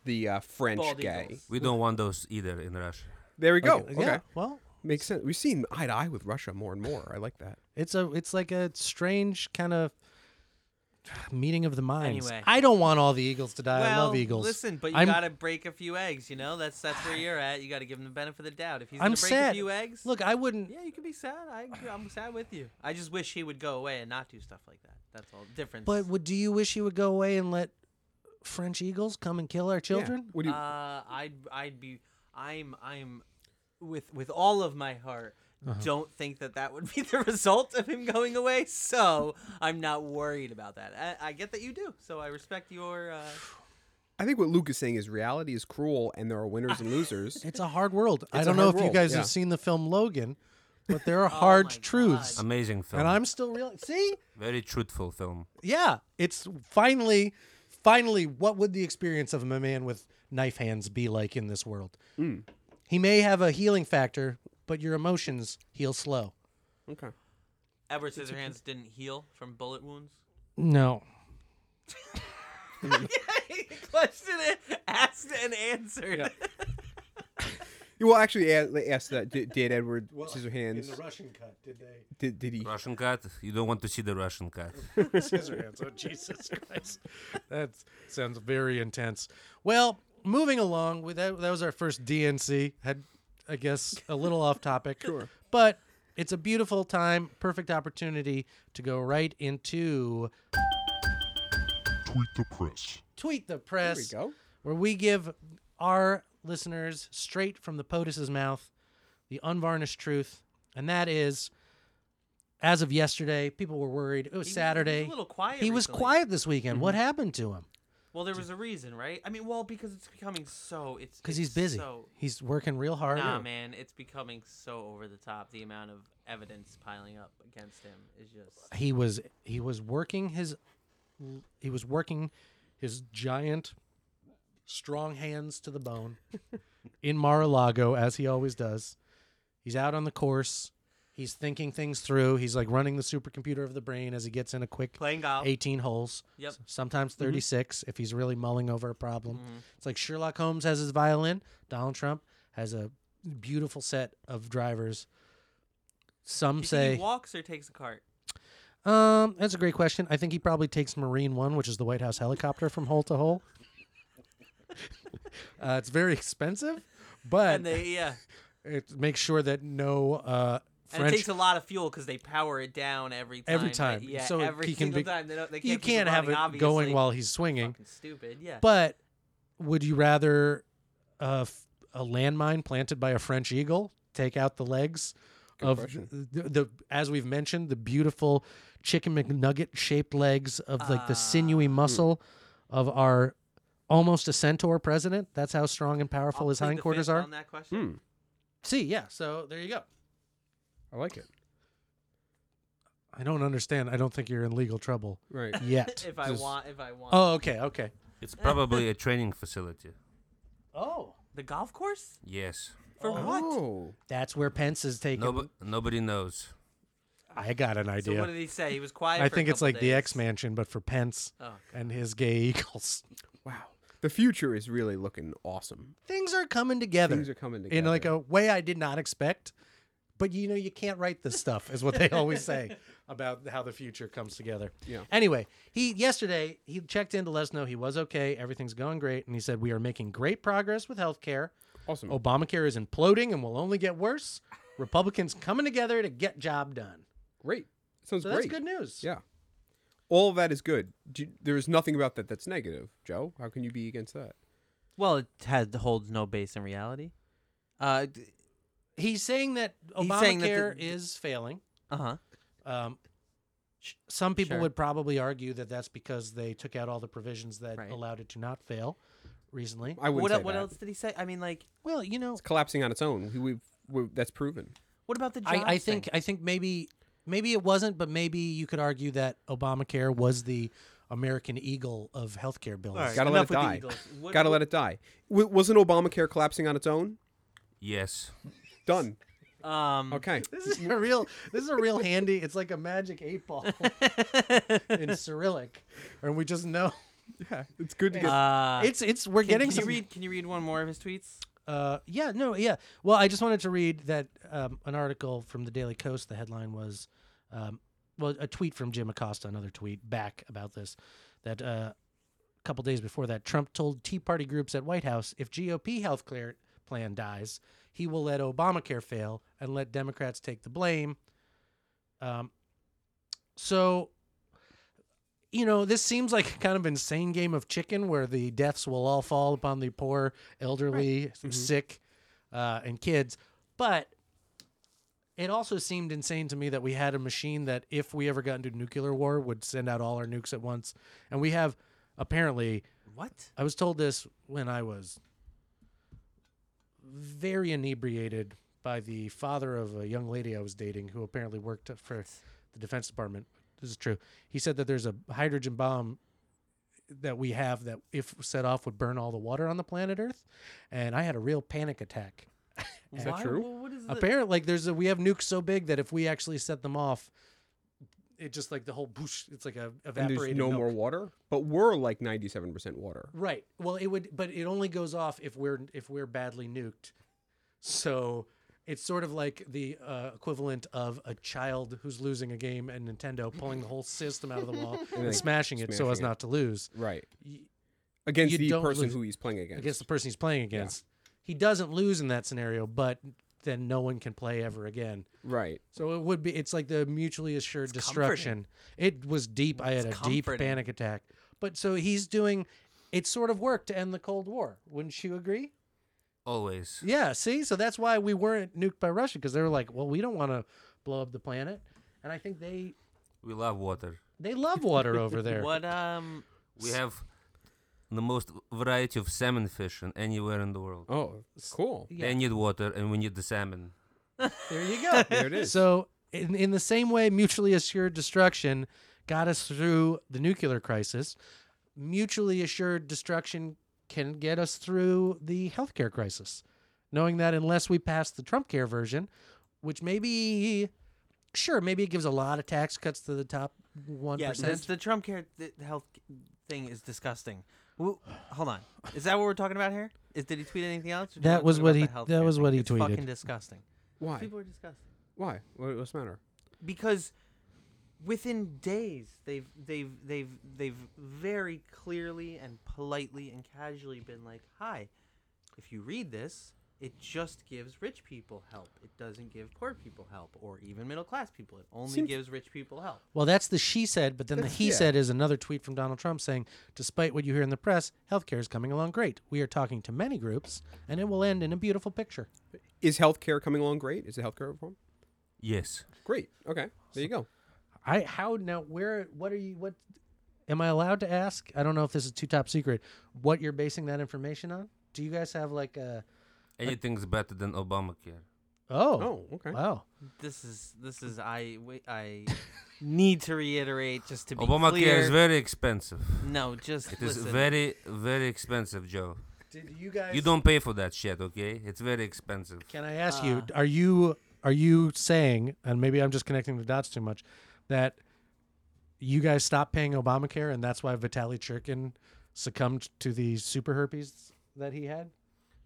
[SPEAKER 4] the uh, French
[SPEAKER 2] Bald
[SPEAKER 4] gay.
[SPEAKER 2] eagles.
[SPEAKER 6] We don't want those either in Russia.
[SPEAKER 4] There we go. Okay.
[SPEAKER 3] Yeah. Well,
[SPEAKER 4] Makes sense. We've seen eye to eye with Russia more and more. I like that.
[SPEAKER 3] it's a it's like a strange kind of meeting of the minds.
[SPEAKER 2] Anyway.
[SPEAKER 3] I don't want all the Eagles to die.
[SPEAKER 2] Well,
[SPEAKER 3] I love Eagles.
[SPEAKER 2] Listen, but you
[SPEAKER 3] I'm,
[SPEAKER 2] gotta break a few eggs. You know, that's that's where you're at. You gotta give him the benefit of the doubt. If he's
[SPEAKER 3] I'm
[SPEAKER 2] gonna break
[SPEAKER 3] sad.
[SPEAKER 2] a few eggs,
[SPEAKER 3] Look, I wouldn't.
[SPEAKER 2] Yeah, you can be sad. I, I'm sad with you. I just wish he would go away and not do stuff like that. That's all. Difference.
[SPEAKER 3] But would do you wish he would go away and let French Eagles come and kill our children?
[SPEAKER 4] Yeah. What do you?
[SPEAKER 2] Uh, I'd I'd be I'm I'm with with all of my heart
[SPEAKER 3] Uh-huh.
[SPEAKER 2] don't think that that would be the result of him going away. So I'm not worried about that. I, I get that you do. So I respect your. Uh,
[SPEAKER 4] I think what Luke is saying is reality is cruel, and there are winners and losers.
[SPEAKER 3] It's a hard world. I
[SPEAKER 4] It's a
[SPEAKER 3] don't know
[SPEAKER 4] hard
[SPEAKER 3] if you
[SPEAKER 4] world,
[SPEAKER 3] guys
[SPEAKER 4] yeah.
[SPEAKER 3] have seen the film Logan, but there are hard
[SPEAKER 2] Oh my
[SPEAKER 3] truths.
[SPEAKER 2] God.
[SPEAKER 6] Amazing film.
[SPEAKER 3] And I'm still real. See,
[SPEAKER 6] Very truthful film.
[SPEAKER 3] yeah, it's finally, finally, what would the experience of a man with knife hands be like in this world?
[SPEAKER 4] Hmm.
[SPEAKER 3] He may have a healing factor, but your emotions heal slow.
[SPEAKER 4] Okay.
[SPEAKER 2] Edward Scissorhands didn't heal from bullet wounds.
[SPEAKER 3] No,
[SPEAKER 2] Question it, asked and answered.
[SPEAKER 4] Well, actually, a- they asked that. Did, did Edward Scissorhands?
[SPEAKER 3] Russian cut, did they?
[SPEAKER 4] Did, did he?
[SPEAKER 6] Russian cut. You don't want to see the Russian cut.
[SPEAKER 3] Scissorhands. Oh Jesus Christ, that sounds very intense. Well, moving along, with that, that was our first DNC. Had I guess a little off topic, sure, but it's a beautiful time, perfect opportunity to go right into
[SPEAKER 1] Tweet the press.
[SPEAKER 3] tweet the
[SPEAKER 4] There
[SPEAKER 3] press.
[SPEAKER 4] we go.
[SPEAKER 3] where we give our listeners straight from the POTUS's mouth the unvarnished truth, and that is, as of yesterday, people were worried. It was
[SPEAKER 2] He was- he was a
[SPEAKER 3] Saturday.
[SPEAKER 2] little quiet
[SPEAKER 3] He was
[SPEAKER 2] recently. Mm-hmm.
[SPEAKER 3] quiet this weekend. What happened to him?
[SPEAKER 2] Well, there was a reason, right? I mean, well, because it's becoming so. It's
[SPEAKER 3] Because
[SPEAKER 2] it's
[SPEAKER 3] he's busy.
[SPEAKER 2] So,
[SPEAKER 3] He's working real hard.
[SPEAKER 2] Nah, man, it's becoming so over the top. The amount of evidence piling up against him is just
[SPEAKER 3] He was he was working his he was working his giant strong hands to the bone in Mar-a-Lago as he always does. He's out on the course. He's thinking things through. He's like running the supercomputer of the brain as he gets in a quick
[SPEAKER 2] Playing golf.
[SPEAKER 3] 18 holes.
[SPEAKER 2] Yep. Mm-hmm.
[SPEAKER 3] S- Sometimes 36 if he's really mulling over a problem. It's like Sherlock Holmes has his violin, Donald Trump has a beautiful set of drivers. Some
[SPEAKER 2] You think
[SPEAKER 3] say
[SPEAKER 2] he walks or takes a cart.
[SPEAKER 3] um, that's a great question. I think he probably takes Marine One, which is the White House helicopter from hole to hole. uh, it's very expensive, but
[SPEAKER 2] And they yeah.
[SPEAKER 3] it makes sure that no uh,
[SPEAKER 2] And it
[SPEAKER 3] French.
[SPEAKER 2] takes a lot of fuel because they power it down every time.
[SPEAKER 3] Every
[SPEAKER 2] right?
[SPEAKER 3] time.
[SPEAKER 2] Yeah,
[SPEAKER 3] So
[SPEAKER 2] every
[SPEAKER 3] he can
[SPEAKER 2] single
[SPEAKER 3] be-
[SPEAKER 2] time. They don't, they
[SPEAKER 3] you
[SPEAKER 2] can't keep
[SPEAKER 3] can't have it
[SPEAKER 2] running, obviously.
[SPEAKER 3] going while he's swinging.
[SPEAKER 2] Fucking stupid. Yeah.
[SPEAKER 3] But would you rather a, f- a landmine planted by a French eagle take out the legs of
[SPEAKER 4] question.
[SPEAKER 3] the, the, as we've mentioned, the beautiful chicken McNugget shaped legs of like the sinewy
[SPEAKER 4] Ah.
[SPEAKER 3] muscle of our almost a centaur president? That's how strong and powerful
[SPEAKER 2] I'll
[SPEAKER 3] his
[SPEAKER 2] plead the
[SPEAKER 3] hindquarters
[SPEAKER 2] fifth
[SPEAKER 3] are.
[SPEAKER 2] On that question.
[SPEAKER 3] See, yeah. So there you go.
[SPEAKER 4] I like it.
[SPEAKER 3] I don't understand. I don't think you're in legal trouble
[SPEAKER 4] Right.
[SPEAKER 3] yet.
[SPEAKER 2] If I
[SPEAKER 4] Just-
[SPEAKER 2] want, if I want,
[SPEAKER 3] oh, okay, okay.
[SPEAKER 6] It's probably a training facility.
[SPEAKER 3] Oh,
[SPEAKER 2] the golf course
[SPEAKER 6] Yes.
[SPEAKER 2] for what?
[SPEAKER 4] Oh.
[SPEAKER 3] that's where Pence is taking.
[SPEAKER 6] Nobo- nobody knows.
[SPEAKER 3] I got an
[SPEAKER 2] So
[SPEAKER 3] idea.
[SPEAKER 2] what did he say? He was quiet.
[SPEAKER 3] I
[SPEAKER 2] for a
[SPEAKER 3] think it's
[SPEAKER 2] couple
[SPEAKER 3] like the
[SPEAKER 2] days.
[SPEAKER 3] X Mansion, but for Pence
[SPEAKER 2] Oh.
[SPEAKER 3] and his gay eagles.
[SPEAKER 4] Wow. The future is really looking awesome.
[SPEAKER 3] Things are coming together.
[SPEAKER 4] Things are coming
[SPEAKER 3] in like
[SPEAKER 4] together.
[SPEAKER 3] a way I did not expect. But you know, you can't write this stuff, is what they always say about how the future comes together.
[SPEAKER 4] Yeah.
[SPEAKER 3] Anyway, he yesterday he checked in to let us know he was okay, everything's going great, and he said we are making great progress with healthcare.
[SPEAKER 4] Awesome.
[SPEAKER 3] oh. Obamacare is imploding and will only get worse. Republicans coming together to get job done.
[SPEAKER 4] Great. Sounds
[SPEAKER 3] So
[SPEAKER 4] great.
[SPEAKER 3] that's good news.
[SPEAKER 4] Yeah. All of that is good. Do you- there is nothing about that that's negative, Joe. How can you be against that?
[SPEAKER 2] Well, it has holds no base in reality. Uh
[SPEAKER 3] He's saying that
[SPEAKER 2] He's saying that the-
[SPEAKER 3] Obamacare is failing.
[SPEAKER 2] huh.
[SPEAKER 3] Um, sh- some people
[SPEAKER 2] Sure.
[SPEAKER 3] would probably argue that that's because they took out all the provisions that
[SPEAKER 2] Right.
[SPEAKER 3] allowed it to not fail recently.
[SPEAKER 4] I wouldn't
[SPEAKER 2] What
[SPEAKER 4] say
[SPEAKER 2] el- what
[SPEAKER 4] that.
[SPEAKER 2] else did he say? I mean, like,
[SPEAKER 3] Well, you know,
[SPEAKER 4] It's collapsing on its own. We, we've, we that's proven.
[SPEAKER 2] what about the?
[SPEAKER 3] I, I
[SPEAKER 2] jobs
[SPEAKER 3] think
[SPEAKER 2] thing?
[SPEAKER 3] I think maybe maybe it wasn't, but maybe you could argue that Obamacare was the American Eagle of healthcare bills.
[SPEAKER 2] right.
[SPEAKER 4] Gotta let it
[SPEAKER 2] Enough with the
[SPEAKER 4] die.
[SPEAKER 2] Eagles. What-
[SPEAKER 4] Gotta
[SPEAKER 2] what-
[SPEAKER 4] let it die. W- wasn't Obamacare collapsing on its own?
[SPEAKER 6] Yes.
[SPEAKER 4] Done.
[SPEAKER 2] Um,
[SPEAKER 4] Okay.
[SPEAKER 3] This is a real this is a real handy. It's like a magic eight ball in Cyrillic, and we just know
[SPEAKER 4] Yeah. It's good to get.
[SPEAKER 2] uh,
[SPEAKER 3] it's it's we're
[SPEAKER 2] can,
[SPEAKER 3] getting
[SPEAKER 2] can
[SPEAKER 3] some
[SPEAKER 2] you read? Can you read one more of his tweets?
[SPEAKER 3] Uh, yeah, no, yeah. Well, I just wanted to read that um, an article from the Daily Coast. The headline was, um, well, a tweet from Jim Acosta, another tweet back about this, that uh, a couple days before that, Trump told Tea Party groups at White House if GOP health care plan dies, he will let Obamacare fail and let Democrats take the blame. Um, so, you know, this seems like a kind of insane game of chicken where the deaths will all fall upon the poor, elderly, sick, uh, and kids. But it also seemed insane to me that we had a machine that, if we ever got into nuclear war, would send out all our nukes at once. And we have apparently
[SPEAKER 2] What?
[SPEAKER 3] I was told this when I was very inebriated by the father of a young lady I was dating who apparently worked for the Defense Department. This is true. He said that there's a hydrogen bomb that we have that, if set off, would burn all the water on the planet Earth. And I had a real panic attack.
[SPEAKER 2] Is
[SPEAKER 4] that true?
[SPEAKER 2] What is the,
[SPEAKER 3] Apparently, like there's a we have nukes so big that if we actually set them off, it just like the whole boosh. It's like a
[SPEAKER 4] and
[SPEAKER 3] evaporating.
[SPEAKER 4] there's no
[SPEAKER 3] milk.
[SPEAKER 4] more water. But we're like 97% water.
[SPEAKER 3] Right. Well, it would, but it only goes off if we're if we're badly nuked. So it's sort of like the uh, equivalent of a child who's losing a game at Nintendo, pulling the whole system out of the wall and,
[SPEAKER 4] then
[SPEAKER 3] smashing it so
[SPEAKER 4] smashing
[SPEAKER 3] as
[SPEAKER 4] it.
[SPEAKER 3] not to lose
[SPEAKER 4] Right. Against
[SPEAKER 3] you
[SPEAKER 4] the
[SPEAKER 3] don't
[SPEAKER 4] person
[SPEAKER 3] lose-
[SPEAKER 4] who he's playing against.
[SPEAKER 3] against the person he's playing against. He doesn't lose in that scenario, but then no one can play ever again.
[SPEAKER 4] Right.
[SPEAKER 3] So it would be. It's like the mutually assured destruction. It was deep. I had a deep
[SPEAKER 2] comforting.
[SPEAKER 3] panic attack. But so he's doing. It sort of worked to end the Cold War. Wouldn't you agree?
[SPEAKER 6] Always.
[SPEAKER 3] Yeah, see, so that's why we weren't nuked by Russia because they were like, well, we don't want to blow up the planet, and I think they
[SPEAKER 6] We love water.
[SPEAKER 3] they love water over there.
[SPEAKER 2] What? Um.
[SPEAKER 6] We have the most variety of salmon fish in anywhere in the world.
[SPEAKER 4] Oh, cool.
[SPEAKER 6] They need water, and we need the salmon.
[SPEAKER 3] There you go.
[SPEAKER 4] There it is.
[SPEAKER 3] so in in the same way, mutually assured destruction got us through the nuclear crisis. Mutually assured destruction can get us through the healthcare crisis. Knowing that unless we pass the Trump care version, which maybe sure, maybe it gives a lot of tax cuts to the top one
[SPEAKER 2] Yeah, the, the Trump care the health thing is disgusting. Wo- hold on, is that what we're talking about here? Is did he tweet anything else? or do you
[SPEAKER 3] That
[SPEAKER 2] wanna
[SPEAKER 3] was
[SPEAKER 2] talk
[SPEAKER 3] what
[SPEAKER 2] about
[SPEAKER 3] he-
[SPEAKER 2] the health
[SPEAKER 3] that
[SPEAKER 2] care
[SPEAKER 3] was
[SPEAKER 2] thing?
[SPEAKER 3] what he
[SPEAKER 2] It's
[SPEAKER 3] tweeted.
[SPEAKER 2] Fucking disgusting.
[SPEAKER 4] Why?
[SPEAKER 2] People are disgusting
[SPEAKER 4] Why? What, what's the matter?
[SPEAKER 2] because within days they've they've they've they've very clearly and politely and casually been like, "Hi, if you read this." It just gives rich people help. It doesn't give poor people help, or even middle class people. It only
[SPEAKER 4] Seems-
[SPEAKER 2] gives rich people help.
[SPEAKER 3] Well, that's the she said, but then the
[SPEAKER 4] That's-
[SPEAKER 3] he
[SPEAKER 4] yeah.
[SPEAKER 3] said is another tweet from Donald Trump saying, despite what you hear in the press, healthcare is coming along great. We are talking to many groups, and it will end in a beautiful picture.
[SPEAKER 4] Is healthcare coming along great? Is the healthcare reform
[SPEAKER 6] Yes.
[SPEAKER 4] great? Okay, there you go.
[SPEAKER 3] I how now where what are you what am I allowed to ask? I don't know if this is too top secret. What you're basing that information on? Do you guys have like a
[SPEAKER 6] Anything's better than Obamacare.
[SPEAKER 3] oh
[SPEAKER 4] Oh, okay.
[SPEAKER 3] wow
[SPEAKER 2] This is this is I wait, I need to reiterate just to be
[SPEAKER 6] Obamacare
[SPEAKER 2] clear.
[SPEAKER 6] is very expensive.
[SPEAKER 2] no, just
[SPEAKER 6] It is
[SPEAKER 2] listen.
[SPEAKER 6] very, very expensive, Joe.
[SPEAKER 3] did you guys
[SPEAKER 6] You don't pay for that shit, okay? It's very expensive.
[SPEAKER 3] Can I ask you,
[SPEAKER 2] Uh.
[SPEAKER 3] are you are you saying, and maybe I'm just connecting the dots too much, that you guys stopped paying Obamacare and that's why Vitaly Churkin succumbed to the super herpes that he had?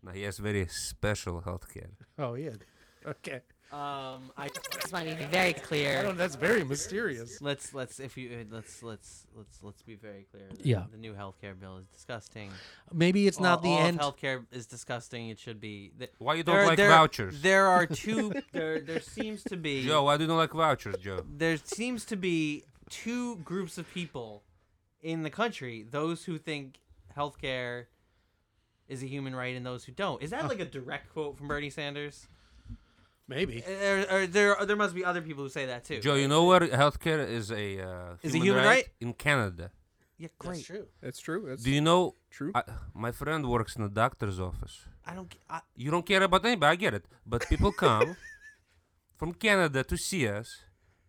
[SPEAKER 6] Now he has very special healthcare.
[SPEAKER 3] Oh, he had. Okay.
[SPEAKER 2] um, I
[SPEAKER 7] just want to be very clear.
[SPEAKER 3] that's very mysterious.
[SPEAKER 2] let's let's if you uh, let's let's let's let's be very clear. that
[SPEAKER 3] Yeah.
[SPEAKER 2] the new healthcare bill is disgusting.
[SPEAKER 3] Maybe it's not
[SPEAKER 2] all,
[SPEAKER 3] the
[SPEAKER 2] all of
[SPEAKER 3] end.
[SPEAKER 2] Healthcare is disgusting. It should be. th-
[SPEAKER 6] Why you don't
[SPEAKER 2] there-
[SPEAKER 6] like
[SPEAKER 2] there-
[SPEAKER 6] vouchers?
[SPEAKER 2] There are two. there there seems to be.
[SPEAKER 6] Joe, why do you not like vouchers, Joe?
[SPEAKER 2] there seems to be two groups of people in the country those who think healthcare is a human right and those who don't is that like a direct quote from bernie sanders
[SPEAKER 3] Maybe.
[SPEAKER 2] there, or there, there must be other people who say that too
[SPEAKER 6] Joe, you know where healthcare is a uh,
[SPEAKER 2] Is a human right?
[SPEAKER 6] in Canada?
[SPEAKER 2] yeah great
[SPEAKER 3] true.
[SPEAKER 4] That's true. That's
[SPEAKER 6] Do you know?
[SPEAKER 4] True.
[SPEAKER 6] I, my friend works in a doctor's office.
[SPEAKER 2] i don't g- I,
[SPEAKER 6] You don't care about anybody. I get it, but people come from Canada to see us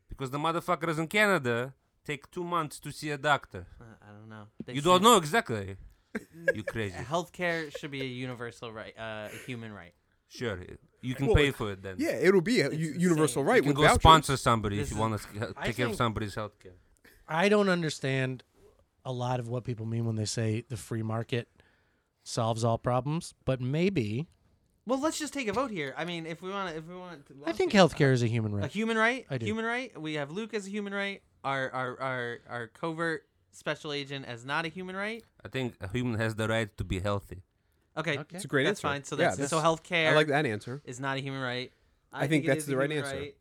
[SPEAKER 6] because the motherfuckers in Canada take two months to see a doctor.
[SPEAKER 2] I don't know They
[SPEAKER 6] you don't
[SPEAKER 2] should-
[SPEAKER 6] know exactly. you crazy.
[SPEAKER 2] healthcare should be a universal right uh, a human right
[SPEAKER 6] Sure, you can
[SPEAKER 4] Well,
[SPEAKER 6] pay for it then.
[SPEAKER 4] yeah, it'll be a u- universal
[SPEAKER 2] insane.
[SPEAKER 6] You
[SPEAKER 4] right.
[SPEAKER 6] can
[SPEAKER 4] with
[SPEAKER 6] go
[SPEAKER 4] vouchers.
[SPEAKER 6] sponsor somebody
[SPEAKER 2] This
[SPEAKER 6] if
[SPEAKER 2] is-
[SPEAKER 6] you want to take
[SPEAKER 3] I
[SPEAKER 6] care of
[SPEAKER 3] think-
[SPEAKER 6] somebody's healthcare.
[SPEAKER 3] I don't understand a lot of what people mean when they say the free market solves all problems, but maybe
[SPEAKER 2] well let's just take a vote here i mean if we want to if we want to
[SPEAKER 3] I think healthcare is a human right.
[SPEAKER 2] A human right?
[SPEAKER 3] I do.
[SPEAKER 2] Human right? We have Luke as a human right. Our our our, our covert special agent as not a human right.
[SPEAKER 6] I think a human has the right to be healthy.
[SPEAKER 2] Okay.
[SPEAKER 3] Okay.
[SPEAKER 2] That's
[SPEAKER 3] It's
[SPEAKER 4] a great answer.
[SPEAKER 2] fine. So
[SPEAKER 4] Yeah,
[SPEAKER 2] that's, so
[SPEAKER 4] that's-
[SPEAKER 2] healthcare
[SPEAKER 4] I like that answer.
[SPEAKER 2] is not a human right.
[SPEAKER 4] I think
[SPEAKER 2] it
[SPEAKER 4] that's
[SPEAKER 2] is a
[SPEAKER 4] the right
[SPEAKER 2] human
[SPEAKER 4] answer.
[SPEAKER 2] right.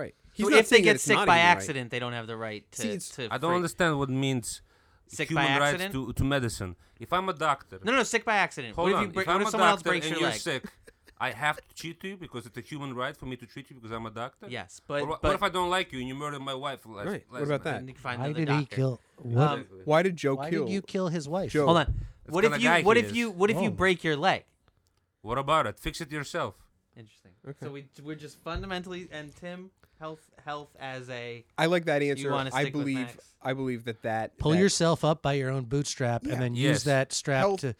[SPEAKER 4] Right.
[SPEAKER 2] So
[SPEAKER 4] not
[SPEAKER 2] if they
[SPEAKER 4] saying that
[SPEAKER 2] get
[SPEAKER 4] it's
[SPEAKER 2] sick
[SPEAKER 4] not
[SPEAKER 2] by
[SPEAKER 4] even right.
[SPEAKER 2] accident, they don't have the right to.
[SPEAKER 4] See, it's-
[SPEAKER 2] to
[SPEAKER 6] I don't
[SPEAKER 2] free-
[SPEAKER 6] understand what means
[SPEAKER 2] Sick by
[SPEAKER 6] human rights
[SPEAKER 2] accident?
[SPEAKER 6] to, to medicine. If I'm a doctor,
[SPEAKER 2] No, no, sick by accident.
[SPEAKER 6] hold
[SPEAKER 2] what if,
[SPEAKER 6] on.
[SPEAKER 2] you break,
[SPEAKER 6] if I'm
[SPEAKER 2] what if
[SPEAKER 6] a
[SPEAKER 2] someone else
[SPEAKER 6] doctor
[SPEAKER 2] breaks
[SPEAKER 6] and
[SPEAKER 2] your
[SPEAKER 6] you're
[SPEAKER 2] leg?
[SPEAKER 6] sick, I have to treat you because it's a human right for me to treat you because I'm a doctor.
[SPEAKER 2] Yes,
[SPEAKER 6] Or
[SPEAKER 2] but,
[SPEAKER 6] wha- what,
[SPEAKER 2] but
[SPEAKER 6] if I don't like you and you murdered my wife? Last,
[SPEAKER 4] Right, what
[SPEAKER 6] last
[SPEAKER 4] about
[SPEAKER 6] night?
[SPEAKER 2] then you can find
[SPEAKER 3] Why
[SPEAKER 2] another
[SPEAKER 3] did he
[SPEAKER 2] doctor.
[SPEAKER 3] kill? What?
[SPEAKER 2] Um,
[SPEAKER 6] Exactly.
[SPEAKER 4] Why did Joe
[SPEAKER 3] why
[SPEAKER 4] kill?
[SPEAKER 3] did you kill his wife?
[SPEAKER 4] Joe.
[SPEAKER 2] Hold on.
[SPEAKER 6] That's
[SPEAKER 2] What
[SPEAKER 6] kinda
[SPEAKER 2] if you?
[SPEAKER 6] guy
[SPEAKER 2] What
[SPEAKER 6] he
[SPEAKER 2] if
[SPEAKER 6] is.
[SPEAKER 2] you? What if you
[SPEAKER 4] Oh.
[SPEAKER 3] Whoa.
[SPEAKER 2] break your leg?
[SPEAKER 6] What about it? Fix it yourself.
[SPEAKER 2] Interesting. So we we're just fundamentally and Tim health health as a
[SPEAKER 4] I like that answer.
[SPEAKER 2] wanna
[SPEAKER 4] I
[SPEAKER 2] stick with
[SPEAKER 4] believe.
[SPEAKER 2] Max.
[SPEAKER 4] I believe that that
[SPEAKER 3] pull
[SPEAKER 4] that-
[SPEAKER 3] yourself up by your own bootstrap
[SPEAKER 4] Yeah.
[SPEAKER 3] and then
[SPEAKER 6] Yes.
[SPEAKER 3] use that strap
[SPEAKER 4] Help.
[SPEAKER 3] to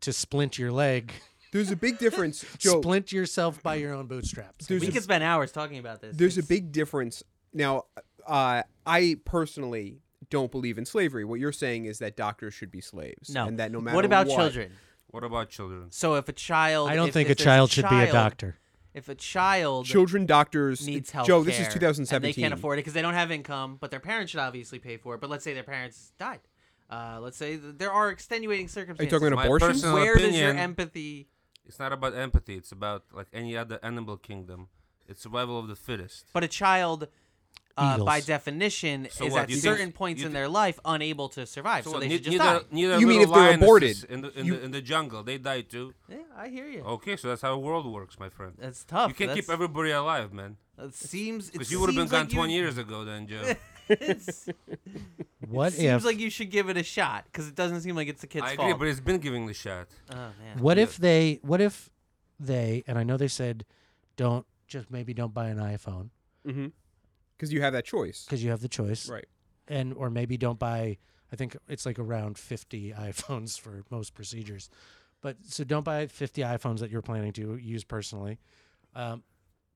[SPEAKER 3] to splint your leg.
[SPEAKER 4] There's a big difference, Joe.
[SPEAKER 3] Splint yourself by your own bootstraps.
[SPEAKER 4] There's
[SPEAKER 2] we
[SPEAKER 4] a-
[SPEAKER 2] could spend hours talking about this.
[SPEAKER 4] There's a
[SPEAKER 2] It's-
[SPEAKER 4] big difference. Now, uh, I personally don't believe in slavery. What you're saying is that doctors should be slaves,
[SPEAKER 2] no.
[SPEAKER 4] and that no matter
[SPEAKER 2] what about
[SPEAKER 4] what-
[SPEAKER 2] children?
[SPEAKER 6] What about children?
[SPEAKER 2] So if a child,
[SPEAKER 3] I don't
[SPEAKER 2] if-
[SPEAKER 3] think
[SPEAKER 2] if
[SPEAKER 3] a
[SPEAKER 2] there's
[SPEAKER 3] child should be a
[SPEAKER 2] child-
[SPEAKER 3] doctor.
[SPEAKER 2] If a child
[SPEAKER 4] Children doctors
[SPEAKER 2] needs
[SPEAKER 4] Joe,
[SPEAKER 2] health,
[SPEAKER 4] this is 2017.
[SPEAKER 2] They can't afford it because they don't have income, but their parents should obviously pay for it. But let's say their parents died. Uh, let's say th- there are extenuating
[SPEAKER 4] Are you
[SPEAKER 2] circumstances.
[SPEAKER 4] talking about
[SPEAKER 6] My
[SPEAKER 4] abortion?
[SPEAKER 6] personal
[SPEAKER 2] Where does your
[SPEAKER 6] opinion-
[SPEAKER 2] empathy?
[SPEAKER 6] It's not about empathy. It's about like any other animal kingdom. It's survival of the fittest.
[SPEAKER 2] But a child. Uh, by
[SPEAKER 3] Eagles.
[SPEAKER 2] definition,
[SPEAKER 6] So
[SPEAKER 2] is
[SPEAKER 6] what,
[SPEAKER 2] at
[SPEAKER 6] you think-
[SPEAKER 2] certain points
[SPEAKER 6] you
[SPEAKER 2] in
[SPEAKER 6] thi-
[SPEAKER 2] their life unable to survive, so,
[SPEAKER 6] what,
[SPEAKER 2] they
[SPEAKER 6] ne-
[SPEAKER 2] should just
[SPEAKER 6] neither,
[SPEAKER 2] die.
[SPEAKER 6] neither
[SPEAKER 4] You mean
[SPEAKER 6] little
[SPEAKER 4] if they're
[SPEAKER 6] lionesses
[SPEAKER 4] aborted,
[SPEAKER 6] in the, in,
[SPEAKER 4] you-
[SPEAKER 6] the, in the jungle they die too.
[SPEAKER 2] Yeah, I hear you.
[SPEAKER 6] Okay, so that's how the world works, my friend.
[SPEAKER 2] That's tough.
[SPEAKER 6] Oh. You can't keep
[SPEAKER 2] That's-
[SPEAKER 6] everybody alive, man.
[SPEAKER 2] It seems it
[SPEAKER 6] Because you would have been
[SPEAKER 2] seems like
[SPEAKER 6] gone 20
[SPEAKER 2] you-
[SPEAKER 6] years ago then, Joe.
[SPEAKER 2] it's-
[SPEAKER 3] What
[SPEAKER 2] seems
[SPEAKER 3] if?
[SPEAKER 2] like you should give it a shot because it doesn't seem like it's the kid's
[SPEAKER 6] I agree,
[SPEAKER 2] fault.
[SPEAKER 6] but it's been giving the shot.
[SPEAKER 2] oh man,
[SPEAKER 3] what if they? What if they? And I know they said, don't just maybe don't buy an iPhone
[SPEAKER 4] Because you have that choice,
[SPEAKER 3] because you have the choice,
[SPEAKER 4] right?
[SPEAKER 3] and or maybe don't buy. I think it's like around fifty iPhones for most procedures, but so don't buy fifty iPhones that you're planning to use personally. Um,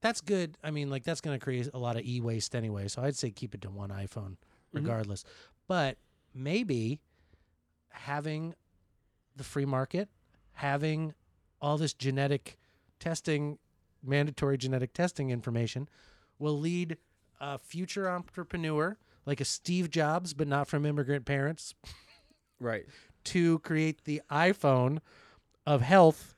[SPEAKER 3] that's good. I mean, like that's going to create a lot of e-waste anyway. So I'd say keep it to one iPhone, regardless. But maybe having the free market, having all this genetic testing, mandatory genetic testing information, will lead a future entrepreneur like a Steve Jobs, but not from immigrant parents,
[SPEAKER 4] Right.
[SPEAKER 3] to create the iPhone of health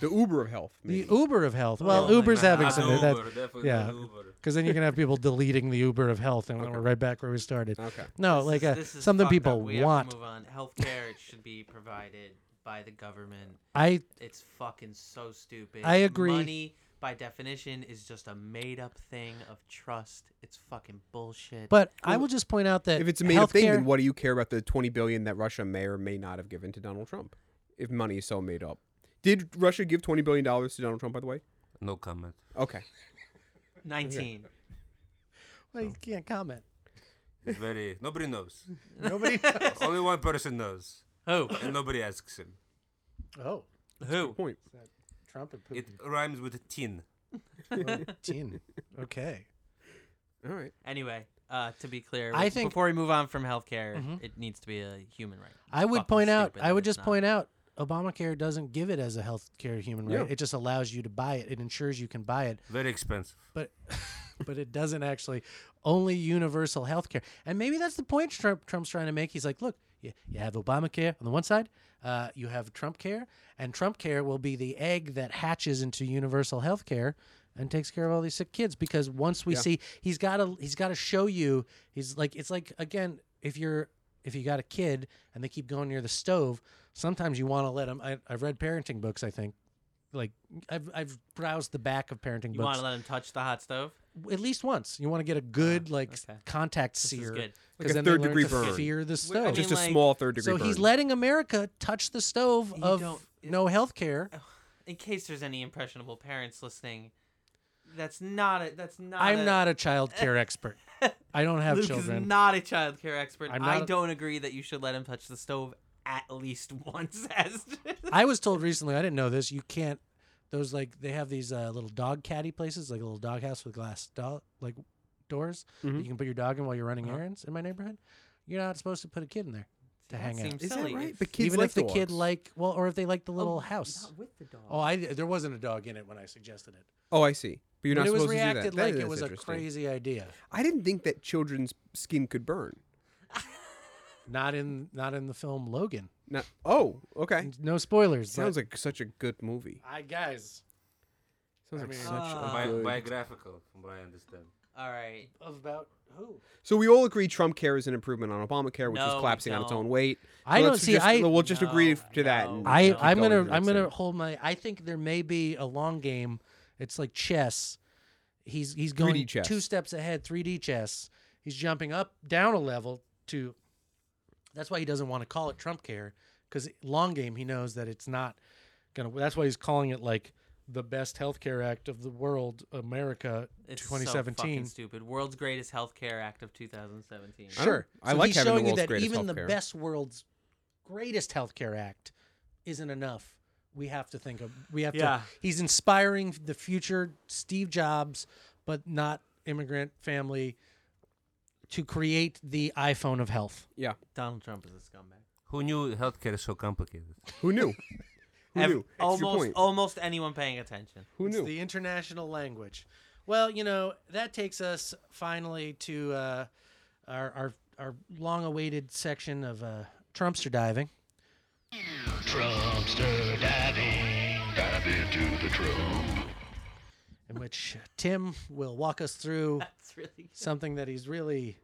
[SPEAKER 4] The Uber of health.
[SPEAKER 3] the
[SPEAKER 4] Maybe.
[SPEAKER 3] Uber of health.
[SPEAKER 6] Oh
[SPEAKER 3] Well,
[SPEAKER 6] my
[SPEAKER 3] Uber's
[SPEAKER 6] God.
[SPEAKER 3] having
[SPEAKER 6] Not
[SPEAKER 3] some
[SPEAKER 6] Uber,
[SPEAKER 3] that
[SPEAKER 6] definitely
[SPEAKER 3] yeah.
[SPEAKER 6] not Uber.
[SPEAKER 3] because then you can have people deleting the Uber of health, and we're right back where we started.
[SPEAKER 4] Okay.
[SPEAKER 3] No,
[SPEAKER 2] This
[SPEAKER 3] like
[SPEAKER 2] is-
[SPEAKER 3] uh
[SPEAKER 2] this is
[SPEAKER 3] something
[SPEAKER 2] fucked up.
[SPEAKER 3] people
[SPEAKER 2] we Have
[SPEAKER 3] want.
[SPEAKER 2] to move on. Healthcare should be provided by the government.
[SPEAKER 3] I
[SPEAKER 2] It's fucking so stupid.
[SPEAKER 3] I agree.
[SPEAKER 2] Money, by definition, is just a made up thing of trust. It's fucking bullshit.
[SPEAKER 3] but I will just point out that
[SPEAKER 4] If it's a made up thing,
[SPEAKER 3] healthcare-
[SPEAKER 4] then what do you care about the 20 billion that Russia may or may not have given to Donald Trump? If money is so made up. Did Russia give 20 billion dollars to Donald Trump by the way?
[SPEAKER 6] No comment.
[SPEAKER 4] Okay.
[SPEAKER 2] 19.
[SPEAKER 3] Well, you can't comment.
[SPEAKER 6] It's very nobody knows.
[SPEAKER 3] Nobody.
[SPEAKER 6] Only one person knows,
[SPEAKER 2] Who?
[SPEAKER 6] and nobody asks him.
[SPEAKER 3] oh,
[SPEAKER 2] Who?
[SPEAKER 4] Point.
[SPEAKER 3] Trump and
[SPEAKER 6] It rhymes with tin.
[SPEAKER 3] Putin. okay.
[SPEAKER 4] All right.
[SPEAKER 2] Anyway, uh, to be clear,
[SPEAKER 3] I think-
[SPEAKER 2] I
[SPEAKER 3] Mm-hmm.
[SPEAKER 2] think before we move on from healthcare, it needs to be a human right.
[SPEAKER 3] I would
[SPEAKER 2] Fucking
[SPEAKER 3] point out.
[SPEAKER 2] stupid
[SPEAKER 3] I
[SPEAKER 2] that
[SPEAKER 3] would
[SPEAKER 2] it's
[SPEAKER 3] just
[SPEAKER 2] not.
[SPEAKER 3] point out. Obamacare doesn't give it as a health care human right.
[SPEAKER 4] Yeah.
[SPEAKER 3] It just allows you to buy it. It ensures you can buy it.
[SPEAKER 6] Very expensive.
[SPEAKER 3] but but it doesn't actually only universal health care and maybe that's the point trump trump's trying to make he's like look you, you have obamacare on the one side uh, you have trump care and trump care will be the egg that hatches into universal health care and takes care of all these sick kids because once we see he's got to he's got to show you he's like it's like again if you're if you got a kid and they keep going near the stove sometimes you want to let them I, i've read parenting books i think like I've, I've browsed the back of parenting
[SPEAKER 2] You
[SPEAKER 3] books
[SPEAKER 2] want to let him touch the hot stove?
[SPEAKER 3] at least once. You want to get a good like s-
[SPEAKER 2] Ah, okay.
[SPEAKER 3] contact
[SPEAKER 2] This is
[SPEAKER 3] sear,
[SPEAKER 2] good.
[SPEAKER 4] Like a
[SPEAKER 3] then they
[SPEAKER 4] third
[SPEAKER 3] learn
[SPEAKER 4] degree
[SPEAKER 3] to
[SPEAKER 4] burn.
[SPEAKER 3] Fear the
[SPEAKER 2] I
[SPEAKER 3] stove.
[SPEAKER 2] mean,
[SPEAKER 4] Just a
[SPEAKER 2] like-
[SPEAKER 4] small third degree
[SPEAKER 3] so he's
[SPEAKER 4] burn.
[SPEAKER 3] letting America touch the stove
[SPEAKER 2] You
[SPEAKER 3] of
[SPEAKER 2] don't-
[SPEAKER 3] no health care.
[SPEAKER 2] In case there's any impressionable parents listening, that's not a. That's not.
[SPEAKER 3] I'm
[SPEAKER 2] a,
[SPEAKER 3] not a child care expert. I don't have
[SPEAKER 2] Luke
[SPEAKER 3] children.
[SPEAKER 2] is not a child care expert.
[SPEAKER 3] I'm
[SPEAKER 2] I
[SPEAKER 3] not a-
[SPEAKER 2] don't agree that you should let him touch the stove at least once. As
[SPEAKER 3] I was told recently, I didn't know this. You can't. Those like they have these uh, little dog caddy places, like a little dog house with glass do- like doors. that
[SPEAKER 4] Mm-hmm.
[SPEAKER 3] You can put your dog in while you're running
[SPEAKER 2] Uh-huh.
[SPEAKER 3] errands in my neighborhood. You're not supposed to put a kid in there to hang out.
[SPEAKER 2] seems Oh,
[SPEAKER 4] Is that
[SPEAKER 2] silly.
[SPEAKER 4] right?
[SPEAKER 2] It's-
[SPEAKER 4] But kids
[SPEAKER 3] Even
[SPEAKER 4] like
[SPEAKER 3] if the kid
[SPEAKER 4] dogs.
[SPEAKER 3] like well, or if they like the little house.
[SPEAKER 2] Not with the dog.
[SPEAKER 3] Oh, I there wasn't a dog in it when I suggested it.
[SPEAKER 4] Oh, I see. But you're
[SPEAKER 3] But
[SPEAKER 4] not
[SPEAKER 3] it was
[SPEAKER 4] supposed to do that.
[SPEAKER 3] reacted
[SPEAKER 4] That
[SPEAKER 3] like
[SPEAKER 4] is
[SPEAKER 3] it was a
[SPEAKER 4] interesting.
[SPEAKER 3] crazy idea.
[SPEAKER 4] I didn't think that children's skin could burn.
[SPEAKER 3] Not in not in the film Logan.
[SPEAKER 4] Not, oh, okay.
[SPEAKER 3] No spoilers.
[SPEAKER 4] Sounds
[SPEAKER 3] but
[SPEAKER 4] like such a good movie.
[SPEAKER 3] I guys
[SPEAKER 4] Sounds
[SPEAKER 3] I
[SPEAKER 4] like
[SPEAKER 3] mean-
[SPEAKER 4] such a
[SPEAKER 2] Ah.
[SPEAKER 6] Bi-
[SPEAKER 4] good.
[SPEAKER 6] biographical, from what I understand.
[SPEAKER 2] All right.
[SPEAKER 3] uh, about who?
[SPEAKER 4] So we all agree Trump care is an improvement on Obamacare, which
[SPEAKER 2] No,
[SPEAKER 4] is
[SPEAKER 2] we
[SPEAKER 4] collapsing on its
[SPEAKER 2] don't.
[SPEAKER 4] own weight.
[SPEAKER 3] I
[SPEAKER 4] So
[SPEAKER 3] don't
[SPEAKER 4] let's
[SPEAKER 3] see-
[SPEAKER 4] Just,
[SPEAKER 3] I-
[SPEAKER 4] we'll just
[SPEAKER 2] No,
[SPEAKER 4] agree to that.
[SPEAKER 2] no.
[SPEAKER 4] and
[SPEAKER 3] I
[SPEAKER 4] keep
[SPEAKER 3] I'm
[SPEAKER 4] going
[SPEAKER 3] gonna
[SPEAKER 4] to the
[SPEAKER 3] I'm
[SPEAKER 4] next
[SPEAKER 3] gonna
[SPEAKER 4] thing.
[SPEAKER 3] hold my. I think there may be a long game. It's like chess. He's he's
[SPEAKER 4] 3D
[SPEAKER 3] going
[SPEAKER 4] chess.
[SPEAKER 3] two steps ahead. 3D chess. He's jumping up down a level to. That's why he doesn't want to call it Trump care because long game. He knows that it's not gonna. That's why he's calling it like the best healthcare act of the world, America,
[SPEAKER 2] It's
[SPEAKER 3] 2017.
[SPEAKER 2] So fucking stupid. World's greatest healthcare act of 2017.
[SPEAKER 4] I don't- I
[SPEAKER 3] So
[SPEAKER 4] like
[SPEAKER 3] he's
[SPEAKER 4] having the
[SPEAKER 3] showing you
[SPEAKER 4] world's
[SPEAKER 3] that
[SPEAKER 4] greatest
[SPEAKER 3] even the
[SPEAKER 4] healthcare.
[SPEAKER 3] best world's greatest healthcare act isn't enough. We have to think of we have to
[SPEAKER 2] Yeah.
[SPEAKER 3] he's inspiring the future Steve Jobs, but not immigrant family to create the iPhone of health.
[SPEAKER 4] Yeah.
[SPEAKER 2] Donald Trump is a scumbag.
[SPEAKER 6] Who knew healthcare is so complicated?
[SPEAKER 4] Who knew? Who
[SPEAKER 2] Ev-
[SPEAKER 4] knew? That's your
[SPEAKER 2] almost,
[SPEAKER 4] point.
[SPEAKER 2] almost anyone paying attention.
[SPEAKER 4] Who
[SPEAKER 3] It's
[SPEAKER 4] knew?
[SPEAKER 3] the international language. Well, you know, that takes us finally to uh, our, our our long awaited section of uh, Trumpster diving.
[SPEAKER 1] Trumpster diving. Dive into the Trump.
[SPEAKER 3] in which Tim will walk us through
[SPEAKER 2] It's really
[SPEAKER 3] something that he's really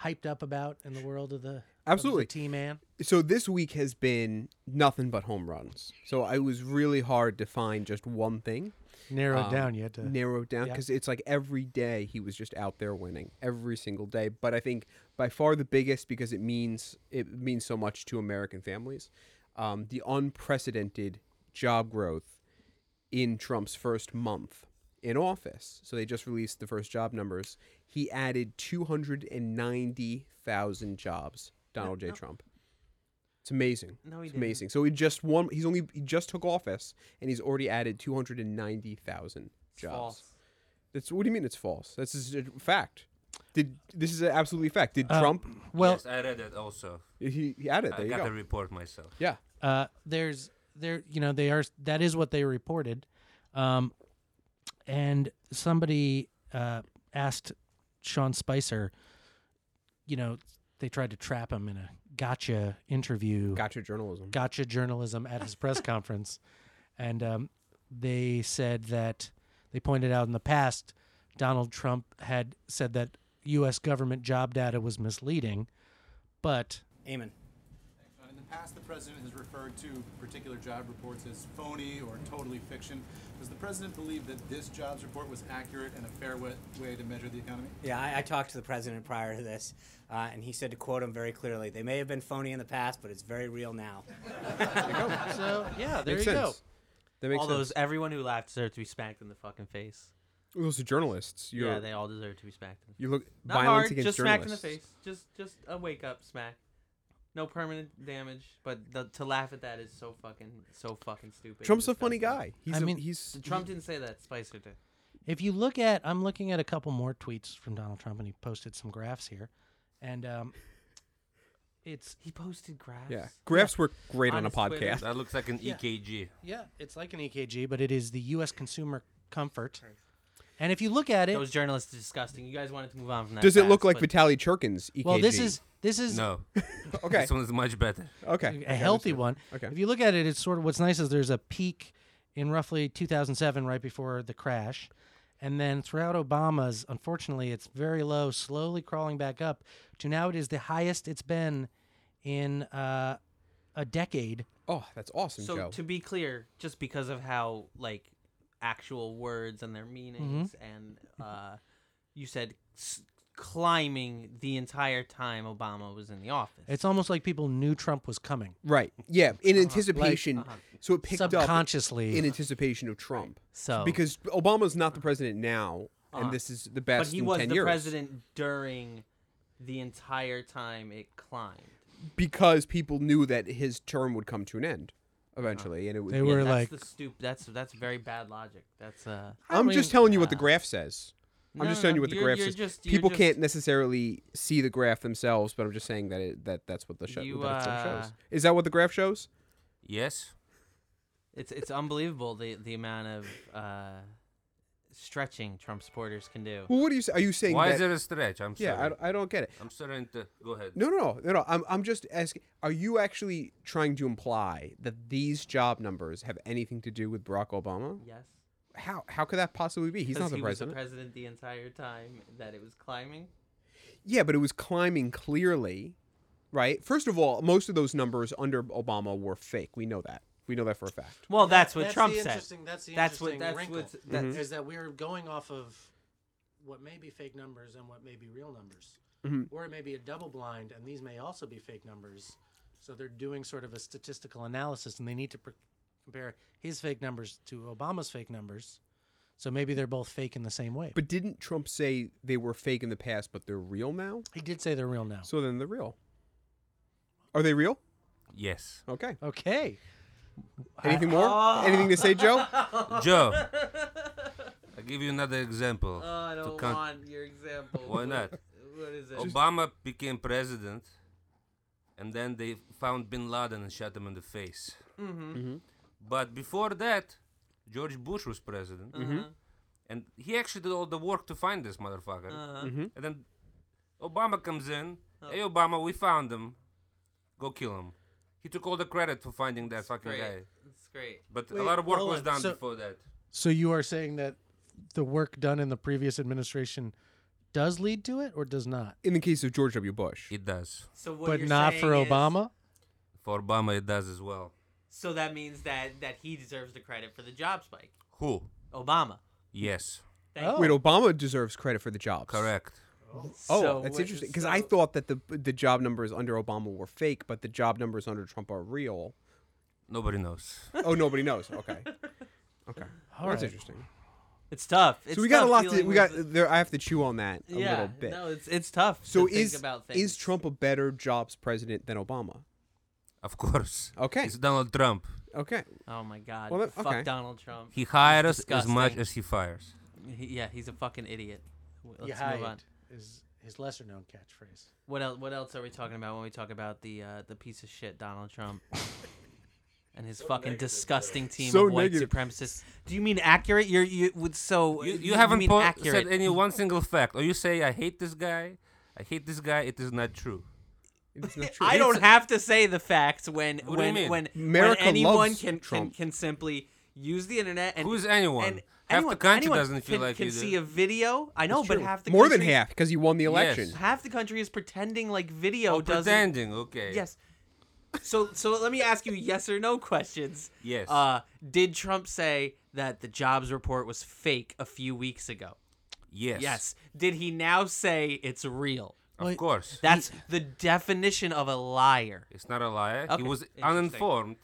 [SPEAKER 3] hyped up about in the world of the
[SPEAKER 4] Absolutely.
[SPEAKER 3] T man.
[SPEAKER 4] So this week has been nothing but home runs. So it was really hard to find just one thing.
[SPEAKER 3] Narrowed
[SPEAKER 4] um,
[SPEAKER 3] down yet to
[SPEAKER 4] narrowed down
[SPEAKER 3] yeah.
[SPEAKER 4] because it's like every day he was just out there winning every single day. But I think by far the biggest because it means it means so much to American families. Um, the unprecedented job growth in Trump's first month in office. So they just released the first job numbers. He added two hundred and ninety thousand jobs. Donald J. Trump. It's amazing.
[SPEAKER 2] No, he
[SPEAKER 4] it's
[SPEAKER 2] didn't.
[SPEAKER 4] amazing. So he just won. He's only he just took office, and he's already added two hundred and ninety thousand
[SPEAKER 2] It's
[SPEAKER 4] jobs.
[SPEAKER 2] false.
[SPEAKER 4] That's what do you mean? It's false. That's just a fact. Did this is a absolutely fact?
[SPEAKER 2] Uh,
[SPEAKER 4] Did Trump?
[SPEAKER 3] Well,
[SPEAKER 6] yes, I read it also.
[SPEAKER 4] He, he added. There
[SPEAKER 6] I
[SPEAKER 4] you
[SPEAKER 6] got
[SPEAKER 4] go.
[SPEAKER 6] the report myself.
[SPEAKER 4] yeah.
[SPEAKER 3] uh, there's there you know they are that is what they reported um, and somebody uh, asked sean spicer you know they tried to trap him in a gotcha interview
[SPEAKER 4] Gotcha journalism.
[SPEAKER 3] gotcha journalism at his press conference and um, they said that they pointed out in the past donald trump had said that us government job data was misleading but
[SPEAKER 8] Amen. Uh, In the past, the president has referred to particular job reports as phony or totally fiction. Does the president believe that this jobs report was accurate and a fair way, way to measure the economy?
[SPEAKER 9] Yeah, I, I talked to the president prior to this, uh, and he said to quote him very clearly: "They may have been phony in the past, but it's very real now."
[SPEAKER 2] So yeah, there
[SPEAKER 4] makes
[SPEAKER 2] you
[SPEAKER 4] sense.
[SPEAKER 2] go.
[SPEAKER 4] That makes
[SPEAKER 2] all
[SPEAKER 4] sense.
[SPEAKER 2] those everyone who laughed deserved to be smacked in the fucking face.
[SPEAKER 4] Well, those are journalists. You're,
[SPEAKER 2] yeah, they all deserve to be smacked. In the
[SPEAKER 4] you look
[SPEAKER 2] Not
[SPEAKER 4] violence
[SPEAKER 2] hard,
[SPEAKER 4] against
[SPEAKER 2] just smacked in
[SPEAKER 4] journalists.
[SPEAKER 2] the face. Just just a wake up smack. No permanent damage, but the, to laugh at that is so fucking so fucking stupid. and
[SPEAKER 4] Trump's a funny
[SPEAKER 2] disgusting.
[SPEAKER 4] guy. He's
[SPEAKER 3] I
[SPEAKER 4] a-
[SPEAKER 3] mean,
[SPEAKER 4] he's
[SPEAKER 2] Trump didn't say that. Spicer did.
[SPEAKER 3] if you look at i'm looking at a couple more tweets from donald trump and he posted some graphs here and um, it's
[SPEAKER 2] He posted graphs.
[SPEAKER 4] yeah. Graphs were great
[SPEAKER 2] On
[SPEAKER 4] on, a
[SPEAKER 2] his Twitter.
[SPEAKER 4] podcast.
[SPEAKER 6] That looks like an E EKG.
[SPEAKER 3] yeah it's like an ekg but it is the us consumer comfort and if you look at it
[SPEAKER 2] Those journalists are disgusting. You guys wanted to move on from that.
[SPEAKER 4] Does it look
[SPEAKER 2] fast,
[SPEAKER 4] like
[SPEAKER 2] but
[SPEAKER 4] Vitaly Churkin's EKG?
[SPEAKER 3] well this is this is
[SPEAKER 6] No,
[SPEAKER 4] okay.
[SPEAKER 6] this one is much better.
[SPEAKER 4] Okay.
[SPEAKER 3] a healthy one
[SPEAKER 4] Okay.
[SPEAKER 3] if you look at it it's sort of what's nice is there's a peak in roughly 2007 right before the crash and then throughout obama's unfortunately it's very low slowly crawling back up to now it is the highest it's been in uh, a decade
[SPEAKER 4] Oh, that's awesome,
[SPEAKER 2] So
[SPEAKER 4] Joe.
[SPEAKER 2] to be clear, just because of how like actual words and their meanings,
[SPEAKER 3] Mm-hmm.
[SPEAKER 2] and uh, you said s- climbing the entire time Obama was in the office.
[SPEAKER 3] It's almost like people knew Trump was coming.
[SPEAKER 4] right.
[SPEAKER 2] Uh-huh.
[SPEAKER 4] Yeah. In anticipation. So it picked
[SPEAKER 3] Subconsciously.
[SPEAKER 4] up in anticipation of Trump.
[SPEAKER 2] So- Uh-huh.
[SPEAKER 4] because Obama's not the president now, and this is the best
[SPEAKER 2] but he
[SPEAKER 4] in
[SPEAKER 2] was
[SPEAKER 4] 10
[SPEAKER 2] the
[SPEAKER 4] years.
[SPEAKER 2] president during the entire time it climbed.
[SPEAKER 4] because people knew that his term would come to an end eventually, and it would.
[SPEAKER 3] They
[SPEAKER 4] be-
[SPEAKER 3] were
[SPEAKER 2] that's
[SPEAKER 3] like,
[SPEAKER 2] the stoop. That's that's very bad logic. That's uh.
[SPEAKER 4] I'm
[SPEAKER 3] I mean,
[SPEAKER 4] just telling you what the graph says. I'm
[SPEAKER 2] No,
[SPEAKER 4] just
[SPEAKER 2] no,
[SPEAKER 4] telling
[SPEAKER 2] no,
[SPEAKER 4] you what the
[SPEAKER 2] you're-
[SPEAKER 4] graph
[SPEAKER 2] you're
[SPEAKER 4] says.
[SPEAKER 2] just- you're
[SPEAKER 4] People
[SPEAKER 2] just-
[SPEAKER 4] can't necessarily see the graph themselves, but I'm just saying that it, that that's what the show
[SPEAKER 2] You,
[SPEAKER 4] that it
[SPEAKER 2] uh,
[SPEAKER 4] shows. Is that what the graph shows?
[SPEAKER 6] Yes.
[SPEAKER 2] It's it's unbelievable the the amount of uh, stretching Trump supporters can do.
[SPEAKER 4] Well, what are you s- are you saying?
[SPEAKER 6] Why
[SPEAKER 4] that,
[SPEAKER 6] is there a stretch? I'm
[SPEAKER 4] yeah,
[SPEAKER 6] sorry.
[SPEAKER 4] I, I don't get it.
[SPEAKER 6] I'm starting to go ahead.
[SPEAKER 4] No, no, no, no. I'm I'm just asking. Are you actually trying to imply that these job numbers have anything to do with Barack Obama?
[SPEAKER 2] Yes.
[SPEAKER 4] How how could that possibly be? He's not
[SPEAKER 2] Because
[SPEAKER 4] the
[SPEAKER 2] he was the
[SPEAKER 4] president.
[SPEAKER 2] president the entire time that it was climbing.
[SPEAKER 4] Yeah, but it was climbing clearly, right? First of all, most of those numbers under Obama were fake. We know that. We know that for a fact.
[SPEAKER 2] Well, that's what Trump
[SPEAKER 3] the oh,
[SPEAKER 2] said.
[SPEAKER 3] Interesting, that's the
[SPEAKER 2] That's what-
[SPEAKER 3] interesting
[SPEAKER 2] that's
[SPEAKER 3] wrinkle. Mm-hmm.
[SPEAKER 2] what's- that's-
[SPEAKER 3] Is that we're going off of what may be fake numbers and what may be real numbers, or it may be a double blind, and these may also be fake numbers. So they're doing sort of a statistical analysis, and they need to pr compare his fake numbers to Obama's fake numbers. So maybe they're both fake in the same way.
[SPEAKER 4] But didn't Trump say they were fake in the past, but they're real now?
[SPEAKER 3] he did say they're real now.
[SPEAKER 4] So then they're real. Are they real?
[SPEAKER 6] Yes.
[SPEAKER 4] Okay.
[SPEAKER 3] Okay.
[SPEAKER 4] Anything more? Anything to say, Joe?
[SPEAKER 6] Joe, I'll give you another example.
[SPEAKER 2] Oh, I
[SPEAKER 6] to
[SPEAKER 2] don't
[SPEAKER 6] con-
[SPEAKER 2] want your example.
[SPEAKER 6] Why not? Oh,
[SPEAKER 2] What is it?
[SPEAKER 6] Obama became president, and then they found Bin Laden and shot him in the face. Mm-hmm. But before that, George Bush was president,
[SPEAKER 2] Uh-huh.
[SPEAKER 6] and he actually did all the work to find this motherfucker.
[SPEAKER 2] Uh-huh.
[SPEAKER 6] And then Obama comes in. Hey, Obama, we found him. Go kill him. He took all the credit for finding that fucking
[SPEAKER 2] great.
[SPEAKER 6] guy.
[SPEAKER 2] It's great.
[SPEAKER 6] But a
[SPEAKER 3] Wait,
[SPEAKER 6] lot of work
[SPEAKER 3] hold
[SPEAKER 6] was
[SPEAKER 3] on.
[SPEAKER 6] done
[SPEAKER 3] So-
[SPEAKER 6] before that.
[SPEAKER 3] So you are saying that the work done in the previous administration does lead to it or does not?
[SPEAKER 4] In the case of George W. Bush.
[SPEAKER 6] It does.
[SPEAKER 2] So what
[SPEAKER 3] but
[SPEAKER 2] you're
[SPEAKER 3] not
[SPEAKER 2] saying
[SPEAKER 3] for
[SPEAKER 2] is-
[SPEAKER 3] Obama?
[SPEAKER 6] For Obama, it does as well.
[SPEAKER 2] so that means that that he deserves the credit for the job spike.
[SPEAKER 6] Who?
[SPEAKER 2] Obama.
[SPEAKER 6] Yes.
[SPEAKER 2] Thank
[SPEAKER 3] Oh.
[SPEAKER 2] you.
[SPEAKER 4] Wait, Obama deserves credit for the jobs.
[SPEAKER 6] Correct.
[SPEAKER 4] Oh,
[SPEAKER 2] So
[SPEAKER 4] that's
[SPEAKER 2] what-
[SPEAKER 4] interesting. Because I
[SPEAKER 2] so-
[SPEAKER 4] thought that the the job numbers under Obama were fake, but the job numbers under Trump are real.
[SPEAKER 6] Nobody knows.
[SPEAKER 4] Oh, nobody knows. Okay. Okay.
[SPEAKER 3] All
[SPEAKER 4] that's
[SPEAKER 3] right.
[SPEAKER 4] interesting.
[SPEAKER 2] it's tough. It's
[SPEAKER 4] so we got a
[SPEAKER 2] tough
[SPEAKER 4] lot to
[SPEAKER 2] dealing
[SPEAKER 4] we got
[SPEAKER 2] with
[SPEAKER 4] there I have to chew on that
[SPEAKER 2] the-
[SPEAKER 4] a
[SPEAKER 2] yeah,
[SPEAKER 4] little bit.
[SPEAKER 2] No, it's it's tough.
[SPEAKER 4] so
[SPEAKER 2] to
[SPEAKER 4] is
[SPEAKER 2] think about things.
[SPEAKER 4] is Trump a better jobs president than Obama?
[SPEAKER 6] Of course.
[SPEAKER 4] Okay.
[SPEAKER 6] It's Donald Trump.
[SPEAKER 4] Okay.
[SPEAKER 2] Oh my God!
[SPEAKER 4] Well, that-
[SPEAKER 2] Fuck
[SPEAKER 4] okay.
[SPEAKER 2] Donald Trump.
[SPEAKER 6] He hires as
[SPEAKER 2] disgusting.
[SPEAKER 6] much as he fires.
[SPEAKER 2] He, yeah, he's a fucking idiot. W- Let's
[SPEAKER 3] Yahid
[SPEAKER 2] move on.
[SPEAKER 3] is his lesser known catchphrase.
[SPEAKER 2] What else? What else are we talking about when we talk about the uh, the piece of shit Donald Trump and his fucking disgusting team
[SPEAKER 4] So
[SPEAKER 2] of white
[SPEAKER 4] negative.
[SPEAKER 2] supremacists? Do you mean accurate? You're you would so
[SPEAKER 6] You, you, haven't
[SPEAKER 2] mean
[SPEAKER 6] po-
[SPEAKER 2] accurate.
[SPEAKER 6] said any one single fact. Or you say, I hate this guy. I hate this guy. It is not true.
[SPEAKER 4] It's not true.
[SPEAKER 2] I don't have to say the facts when
[SPEAKER 6] do you
[SPEAKER 2] when
[SPEAKER 6] mean?
[SPEAKER 2] when, when
[SPEAKER 4] America
[SPEAKER 2] anyone
[SPEAKER 4] loves
[SPEAKER 2] can, can
[SPEAKER 4] Trump.
[SPEAKER 2] can simply use the internet and
[SPEAKER 6] Who is anyone?
[SPEAKER 2] and
[SPEAKER 6] Half the
[SPEAKER 2] anyone-
[SPEAKER 6] country
[SPEAKER 2] anyone
[SPEAKER 6] doesn't feel
[SPEAKER 2] can-
[SPEAKER 6] like
[SPEAKER 2] can
[SPEAKER 6] you do.
[SPEAKER 2] see a video. I know, but
[SPEAKER 4] True.
[SPEAKER 2] half the
[SPEAKER 4] more than
[SPEAKER 2] country-
[SPEAKER 4] half because you won the election.
[SPEAKER 2] half the country is pretending like video doesn't
[SPEAKER 6] Oh, Pretending, okay.
[SPEAKER 2] Yes. So so let me ask you yes or no questions.
[SPEAKER 6] Yes.
[SPEAKER 2] Uh, did Trump say that the jobs report was fake a few weeks ago?
[SPEAKER 6] Yes.
[SPEAKER 2] Yes. Did he now say it's real?
[SPEAKER 6] Of course.
[SPEAKER 2] That's the definition of a liar.
[SPEAKER 6] it's not a lie.
[SPEAKER 2] Okay.
[SPEAKER 6] He was
[SPEAKER 2] Interesting.
[SPEAKER 6] uninformed.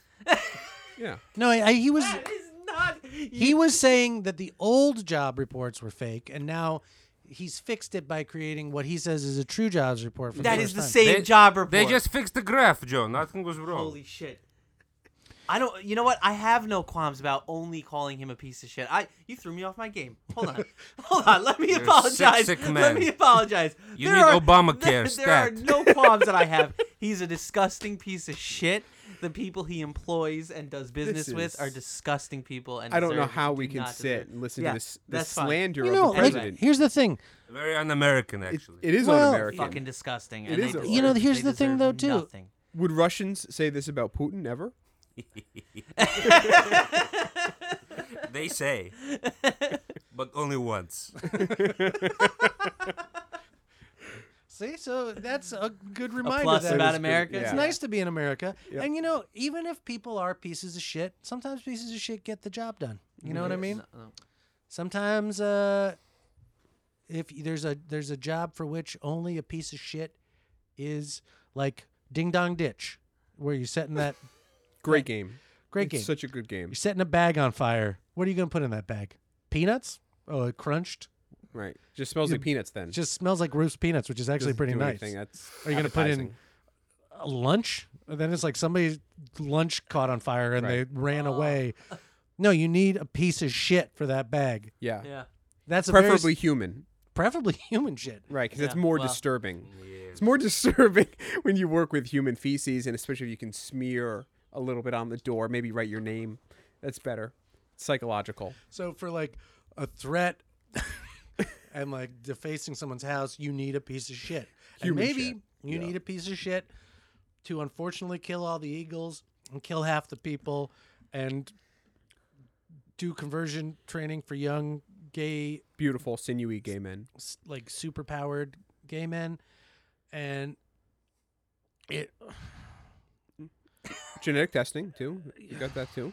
[SPEAKER 4] Yeah.
[SPEAKER 3] No, I, I, he was
[SPEAKER 2] That is not.
[SPEAKER 3] he was saying that the old job reports were fake, and now he's fixed it by creating what he says is a true jobs report. For
[SPEAKER 2] That
[SPEAKER 3] the
[SPEAKER 2] is
[SPEAKER 3] first
[SPEAKER 2] the
[SPEAKER 3] time.
[SPEAKER 2] same job report.
[SPEAKER 6] They just fixed the graph, Joe. Nothing was wrong.
[SPEAKER 2] Holy shit. I don't. You know what? I have no qualms about only calling him a piece of shit. I you threw me off my game. Hold on, hold on. Let me
[SPEAKER 6] You're a
[SPEAKER 2] apologize.
[SPEAKER 6] sick, sick
[SPEAKER 2] Let
[SPEAKER 6] man.
[SPEAKER 2] me apologize.
[SPEAKER 6] You need Obamacare,
[SPEAKER 2] There, there are
[SPEAKER 6] stat.
[SPEAKER 2] no qualms that I have. He's a disgusting piece of shit. The people he employs and does business
[SPEAKER 4] is-
[SPEAKER 2] with are disgusting people. And
[SPEAKER 4] I don't know
[SPEAKER 2] deserve-
[SPEAKER 4] how
[SPEAKER 2] do
[SPEAKER 4] we can
[SPEAKER 2] not
[SPEAKER 4] sit
[SPEAKER 2] deserve-
[SPEAKER 4] and listen
[SPEAKER 2] Yeah,
[SPEAKER 4] to this, this
[SPEAKER 2] that's fine.
[SPEAKER 4] slander
[SPEAKER 3] You know,
[SPEAKER 4] of the
[SPEAKER 3] like,
[SPEAKER 4] president.
[SPEAKER 3] here's the thing.
[SPEAKER 6] Very un-American,
[SPEAKER 4] It-
[SPEAKER 6] actually.
[SPEAKER 4] it is
[SPEAKER 3] Well,
[SPEAKER 4] un-American.
[SPEAKER 2] Fucking disgusting.
[SPEAKER 4] It
[SPEAKER 2] and they
[SPEAKER 4] is a-
[SPEAKER 2] deserve-
[SPEAKER 4] You
[SPEAKER 3] know, here's
[SPEAKER 2] they
[SPEAKER 3] the thing,
[SPEAKER 2] deserve
[SPEAKER 3] though, too.
[SPEAKER 2] nothing.
[SPEAKER 4] Would Russians say this about Putin ever?
[SPEAKER 6] they say, but only once.
[SPEAKER 3] See, so that's a good reminder.
[SPEAKER 2] A plus
[SPEAKER 3] that
[SPEAKER 2] about
[SPEAKER 4] is good.
[SPEAKER 2] America.
[SPEAKER 4] Yeah.
[SPEAKER 3] It's
[SPEAKER 2] is
[SPEAKER 3] nice to be in America, and you know, even if people are pieces of shit, sometimes pieces of shit get the job done. You know what I mean?
[SPEAKER 2] No, no.
[SPEAKER 3] Sometimes, uh, if there's a there's a job for which only a piece of shit is like ding dong ditch, where you're setting that
[SPEAKER 4] Great game.
[SPEAKER 3] great
[SPEAKER 4] It's
[SPEAKER 3] game.
[SPEAKER 4] Such a good game.
[SPEAKER 3] You're setting a bag on fire. What are you gonna put in that bag? Peanuts? Oh, it crunched.
[SPEAKER 4] Right. Just smells like peanuts then.
[SPEAKER 3] It just smells like roast peanuts, which is actually
[SPEAKER 4] Doesn't
[SPEAKER 3] pretty
[SPEAKER 4] do
[SPEAKER 3] nice.
[SPEAKER 4] anything. That's
[SPEAKER 3] Are you gonna put in
[SPEAKER 4] appetizing.
[SPEAKER 3] a lunch? And then it's like somebody's lunch caught on fire and
[SPEAKER 4] Right. Ah.
[SPEAKER 3] they ran away. No, you need a piece of shit for that bag.
[SPEAKER 4] Yeah.
[SPEAKER 2] Yeah.
[SPEAKER 3] That's a very s-
[SPEAKER 4] Preferably human.
[SPEAKER 3] preferably human shit.
[SPEAKER 4] Right, because that's
[SPEAKER 2] Yeah,
[SPEAKER 4] more
[SPEAKER 2] well.
[SPEAKER 4] disturbing. It's more disturbing when you work with human feces, and especially if you can smear a little bit on the door, maybe write your name. That's better. Psychological.
[SPEAKER 3] So for like a threat and like defacing someone's house, you need a piece of shit.
[SPEAKER 4] Human
[SPEAKER 3] and maybe
[SPEAKER 4] shit.
[SPEAKER 3] you need a piece of shit to unfortunately kill all the eagles and kill half the people and do conversion training for young gay
[SPEAKER 4] Beautiful, sinewy gay men.
[SPEAKER 3] s- like super powered gay men and it
[SPEAKER 4] Genetic testing too. You got that too.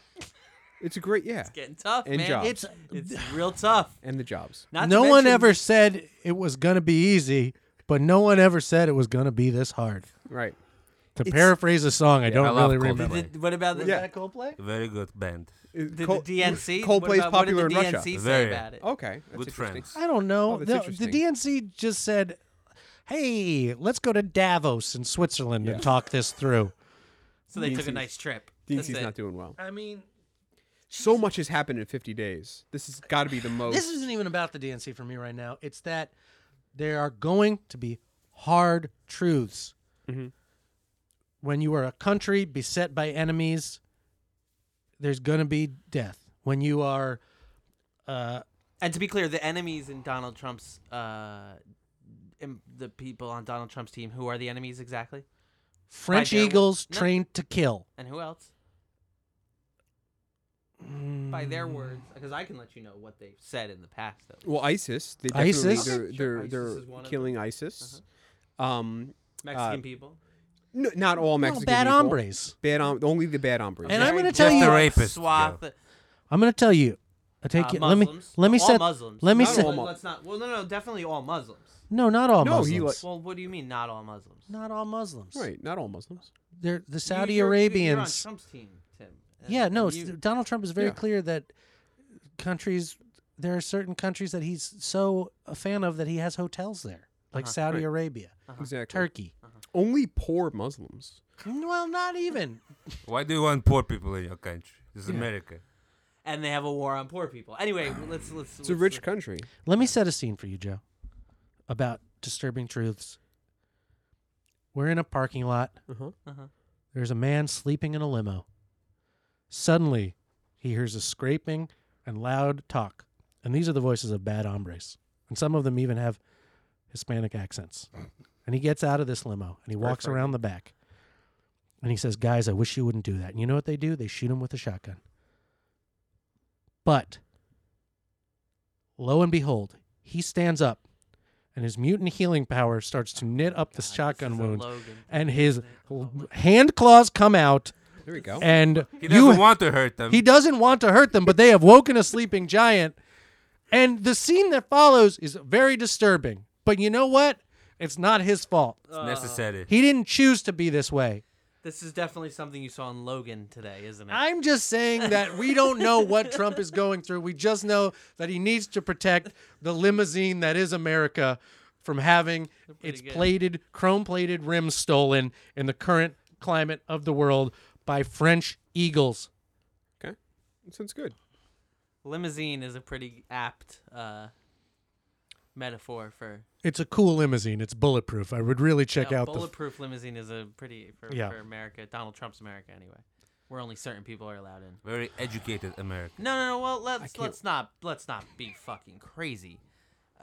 [SPEAKER 4] It's a great yeah.
[SPEAKER 2] Getting tough,
[SPEAKER 4] And
[SPEAKER 2] man.
[SPEAKER 4] jobs.
[SPEAKER 3] it's
[SPEAKER 2] It's real tough.
[SPEAKER 4] And the jobs.
[SPEAKER 2] Not to
[SPEAKER 3] no one
[SPEAKER 2] mention-
[SPEAKER 3] ever said it was going to be easy but no one ever said it was going to be this hard
[SPEAKER 4] Right. Uh,
[SPEAKER 3] to
[SPEAKER 4] It's-
[SPEAKER 3] paraphrase a song i don't
[SPEAKER 6] I love
[SPEAKER 3] really
[SPEAKER 6] Coldplay.
[SPEAKER 3] remember
[SPEAKER 2] Did- what about the,
[SPEAKER 4] Yeah.
[SPEAKER 3] Coldplay?
[SPEAKER 6] Very good band.
[SPEAKER 2] did
[SPEAKER 4] Col-
[SPEAKER 2] the DNC? what
[SPEAKER 4] Coldplay's
[SPEAKER 2] about,
[SPEAKER 4] popular
[SPEAKER 2] what did the
[SPEAKER 4] in
[SPEAKER 2] DNC
[SPEAKER 4] Russia. Oh,
[SPEAKER 2] Say
[SPEAKER 6] Very.
[SPEAKER 2] about it?
[SPEAKER 4] Okay. That's
[SPEAKER 6] Good
[SPEAKER 4] interesting.
[SPEAKER 6] friends.
[SPEAKER 3] I don't know.
[SPEAKER 4] Oh, that's
[SPEAKER 3] No, the
[SPEAKER 4] interesting.
[SPEAKER 3] DNC just said, "Hey, let's go to Davos in Switzerland and talk this through."
[SPEAKER 2] So they took a
[SPEAKER 4] DNC's
[SPEAKER 2] nice trip. That's
[SPEAKER 4] DNC's
[SPEAKER 2] it.
[SPEAKER 4] not doing well.
[SPEAKER 3] I mean,
[SPEAKER 4] So much has happened in 50 days. This has got to be the most.
[SPEAKER 3] this isn't even about the DNC for me right now. It's that there are going to be hard truths.
[SPEAKER 2] Mm-hmm.
[SPEAKER 3] When you are a country beset by enemies, there's going to be death. When you are uh,
[SPEAKER 2] And to be clear, the enemies in Donald Trump's, uh, in the people on Donald Trump's team, who are the enemies exactly,
[SPEAKER 3] French
[SPEAKER 2] their-
[SPEAKER 3] eagles
[SPEAKER 2] No.
[SPEAKER 3] trained to kill,
[SPEAKER 2] and who else? By
[SPEAKER 4] Mm.
[SPEAKER 2] their words, because I can let you know what they've said in the past. At least.
[SPEAKER 4] Well, ISIS. They definitely,
[SPEAKER 3] ISIS?
[SPEAKER 4] They're
[SPEAKER 2] Okay,
[SPEAKER 4] they're,
[SPEAKER 2] sure. ISIS
[SPEAKER 4] they're
[SPEAKER 2] is one of
[SPEAKER 4] killing ISIS. Um,
[SPEAKER 2] Uh-huh. Mexican people.
[SPEAKER 4] n- not all
[SPEAKER 3] No,
[SPEAKER 4] Mexican
[SPEAKER 3] bad
[SPEAKER 4] people.
[SPEAKER 3] hombres.
[SPEAKER 4] Bad hom- only the bad hombres.
[SPEAKER 3] And I'm
[SPEAKER 2] Very
[SPEAKER 3] gonna tell
[SPEAKER 2] broad
[SPEAKER 3] you-
[SPEAKER 6] Rapist,
[SPEAKER 2] swath.
[SPEAKER 3] I'm going to tell you. I take
[SPEAKER 2] uh,
[SPEAKER 3] you. Let me
[SPEAKER 2] Muslims.
[SPEAKER 3] let me
[SPEAKER 2] all
[SPEAKER 3] set.
[SPEAKER 2] Muslims.
[SPEAKER 3] Let me
[SPEAKER 4] Not
[SPEAKER 3] set.
[SPEAKER 4] all Mu-
[SPEAKER 2] Let's not. Well, no, no, definitely all Muslims.
[SPEAKER 3] No, not all
[SPEAKER 4] No,
[SPEAKER 3] Muslims.
[SPEAKER 4] he li-
[SPEAKER 2] Well, what do you mean, not all Muslims?
[SPEAKER 3] not all Muslims.
[SPEAKER 4] Right. Not all Muslims.
[SPEAKER 3] They're the
[SPEAKER 2] You-
[SPEAKER 3] Saudi
[SPEAKER 2] you're- you're- You're on
[SPEAKER 3] Arabians.
[SPEAKER 2] Trump's team, Tim. And-
[SPEAKER 3] yeah, no.
[SPEAKER 2] and
[SPEAKER 3] s-
[SPEAKER 2] you-
[SPEAKER 3] Donald Trump is very
[SPEAKER 4] Yeah.
[SPEAKER 3] clear that countries. There are certain countries that
[SPEAKER 2] Uh-huh,
[SPEAKER 3] he's so a fan of that he has hotels there, like Saudi Arabia,
[SPEAKER 4] Exactly.
[SPEAKER 3] Turkey.
[SPEAKER 4] only poor Muslims.
[SPEAKER 3] Well, not even.
[SPEAKER 6] Why do you want poor people in your country? It's America.
[SPEAKER 2] and they have a war on poor people. Anyway, let's let's.
[SPEAKER 4] It's a rich country.
[SPEAKER 3] Let me set a scene for you, Joe, about disturbing truths. We're in a parking lot.
[SPEAKER 4] Uh-huh.
[SPEAKER 3] There's a man sleeping in a limo. Suddenly, he hears a scraping and loud talk. And these are the voices of bad hombres. And some of them even have Hispanic accents. And he gets out of this limo and he walks around the back. And he says, Guys, I wish you wouldn't do that. And you know what they do? They shoot him with a shotgun. But lo and behold, he stands up and his mutant healing power starts to knit up this shotgun
[SPEAKER 2] is a
[SPEAKER 3] wound.
[SPEAKER 2] Logan.
[SPEAKER 3] And his l- hand claws come out.
[SPEAKER 4] There we go.
[SPEAKER 3] And
[SPEAKER 6] He
[SPEAKER 3] you,
[SPEAKER 6] doesn't want to hurt them.
[SPEAKER 3] he doesn't want to hurt them, but they have woken a sleeping giant. And the scene that follows is very disturbing. But you know what? It's not his fault.
[SPEAKER 6] it's necessary.
[SPEAKER 3] He didn't choose to be this way.
[SPEAKER 2] This is definitely something you saw in Logan today, isn't it?
[SPEAKER 3] I'm just saying that we don't know what Trump is going through. We just know that he needs to protect the limousine that is America from having its
[SPEAKER 2] good.
[SPEAKER 3] plated, chrome plated rims stolen in the current climate of the world by French eagles.
[SPEAKER 4] Okay, that sounds good.
[SPEAKER 2] Limousine is a pretty apt uh, metaphor for
[SPEAKER 3] It's a cool limousine. It's bulletproof. I would really check
[SPEAKER 2] Yeah,
[SPEAKER 3] out the.
[SPEAKER 2] bulletproof limousine is a pretty for,
[SPEAKER 3] Yeah.
[SPEAKER 2] for America, Donald Trump's America anyway, where only certain people are allowed in.
[SPEAKER 6] Very educated America.
[SPEAKER 2] No, no, no. Well, let's let's not let's not be fucking crazy.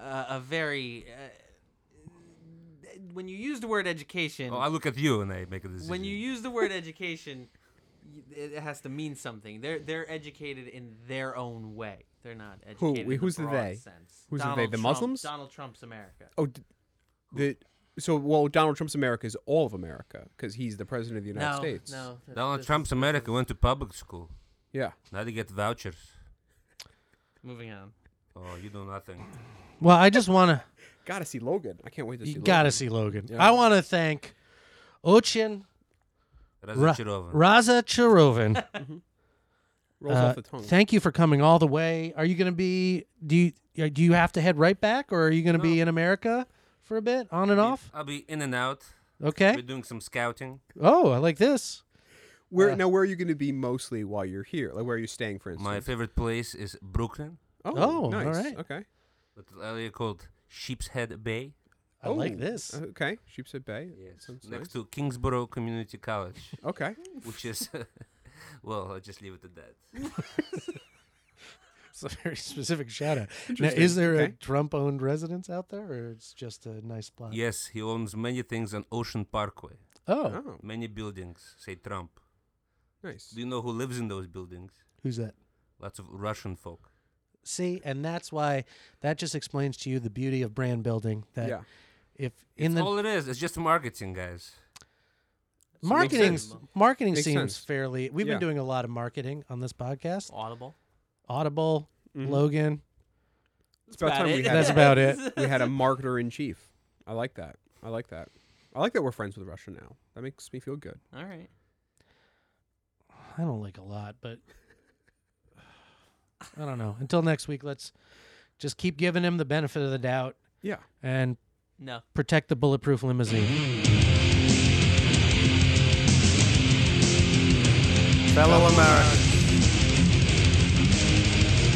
[SPEAKER 2] Uh, a very uh, when you use the word education,
[SPEAKER 6] Oh, I look at you and I make a decision.
[SPEAKER 2] when you use the word education, y- it it has to mean something. They're they're educated in their own way. They're not educated. in
[SPEAKER 4] who's the
[SPEAKER 2] the, broad
[SPEAKER 4] they?
[SPEAKER 2] Sense.
[SPEAKER 4] Who's the they?
[SPEAKER 2] Donald
[SPEAKER 4] The
[SPEAKER 2] Trump-
[SPEAKER 4] Muslims?
[SPEAKER 2] Donald Trump's America.
[SPEAKER 4] Oh, d- the so well Donald Trump's America is all of America because he's the president of the United
[SPEAKER 2] No,
[SPEAKER 4] States.
[SPEAKER 2] no. th-
[SPEAKER 6] Donald
[SPEAKER 2] this
[SPEAKER 6] Trump's
[SPEAKER 2] is-
[SPEAKER 6] America went to public school.
[SPEAKER 4] Yeah.
[SPEAKER 6] Now they get vouchers.
[SPEAKER 2] Moving on.
[SPEAKER 6] Oh, you do nothing.
[SPEAKER 3] Well, I just want to.
[SPEAKER 4] Gotta see Logan. I can't wait to see.
[SPEAKER 3] You got to see Logan. I want to thank Ochin Ra-
[SPEAKER 6] Razachirovan.
[SPEAKER 3] Raza Chirovin.
[SPEAKER 4] Logan. Rolls
[SPEAKER 3] Uh,
[SPEAKER 4] off the tongue.
[SPEAKER 3] Thank you for coming all the way. Are you going to be? Do you uh, do you have to head right back, or are you going to be in America for a bit, on and off?
[SPEAKER 6] I'll be in and out.
[SPEAKER 3] Okay.
[SPEAKER 6] We're doing some scouting.
[SPEAKER 3] Oh, I like this.
[SPEAKER 4] where
[SPEAKER 3] uh,
[SPEAKER 4] now? Where are you going to be mostly while you're here? Like where are you staying, for instance?
[SPEAKER 6] My favorite place is Brooklyn,
[SPEAKER 3] Oh,
[SPEAKER 4] nice.
[SPEAKER 3] all right.
[SPEAKER 4] Okay.
[SPEAKER 6] with an area called Sheep's Head Bay,
[SPEAKER 3] I
[SPEAKER 4] Oh.
[SPEAKER 3] like this.
[SPEAKER 4] Okay, Sheepshead Bay. Sounds
[SPEAKER 6] next to Kingsborough Community College,
[SPEAKER 4] nice. Okay.
[SPEAKER 6] which is, well, I'll just leave it at
[SPEAKER 3] Uh,
[SPEAKER 6] that.
[SPEAKER 3] It's a very specific shout out. Now, is there a
[SPEAKER 4] Okay.
[SPEAKER 3] Trump owned residence out there, or it's just a nice plot?
[SPEAKER 6] Yes, he owns many things on Ocean Parkway,
[SPEAKER 3] Oh,
[SPEAKER 4] Oh,
[SPEAKER 6] many buildings, say Trump.
[SPEAKER 4] nice.
[SPEAKER 6] Do you know who lives in those buildings?
[SPEAKER 3] who's that?
[SPEAKER 6] Lots of Russian folk.
[SPEAKER 3] See, and that's why that just explains to you the beauty of brand building. That
[SPEAKER 4] Yeah.
[SPEAKER 3] if in
[SPEAKER 6] That's
[SPEAKER 3] the
[SPEAKER 6] all it is. It's just marketing, guys.
[SPEAKER 3] marketing,
[SPEAKER 4] sense.
[SPEAKER 3] marketing
[SPEAKER 4] Makes
[SPEAKER 3] seems
[SPEAKER 4] sense.
[SPEAKER 3] fairly. We've
[SPEAKER 4] Yeah.
[SPEAKER 3] been doing a lot of marketing on this podcast.
[SPEAKER 2] Audible.
[SPEAKER 3] Audible,
[SPEAKER 4] Mm-hmm.
[SPEAKER 3] Logan.
[SPEAKER 4] It's about time
[SPEAKER 2] about
[SPEAKER 4] we
[SPEAKER 2] it.
[SPEAKER 4] had
[SPEAKER 3] That's
[SPEAKER 4] a-
[SPEAKER 3] about it.
[SPEAKER 4] we had a marketer in chief. I like that. I like that. I like that we're friends with Russia now. That makes me feel good.
[SPEAKER 2] All right.
[SPEAKER 3] I don't like a lot, but I don't know. Until next week, let's just keep giving him the benefit of the doubt
[SPEAKER 4] Yeah.
[SPEAKER 3] and
[SPEAKER 2] No.
[SPEAKER 3] protect the bulletproof limousine.
[SPEAKER 9] fellow Americans,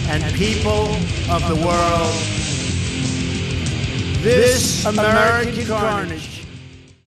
[SPEAKER 9] and people of the world, this American carnage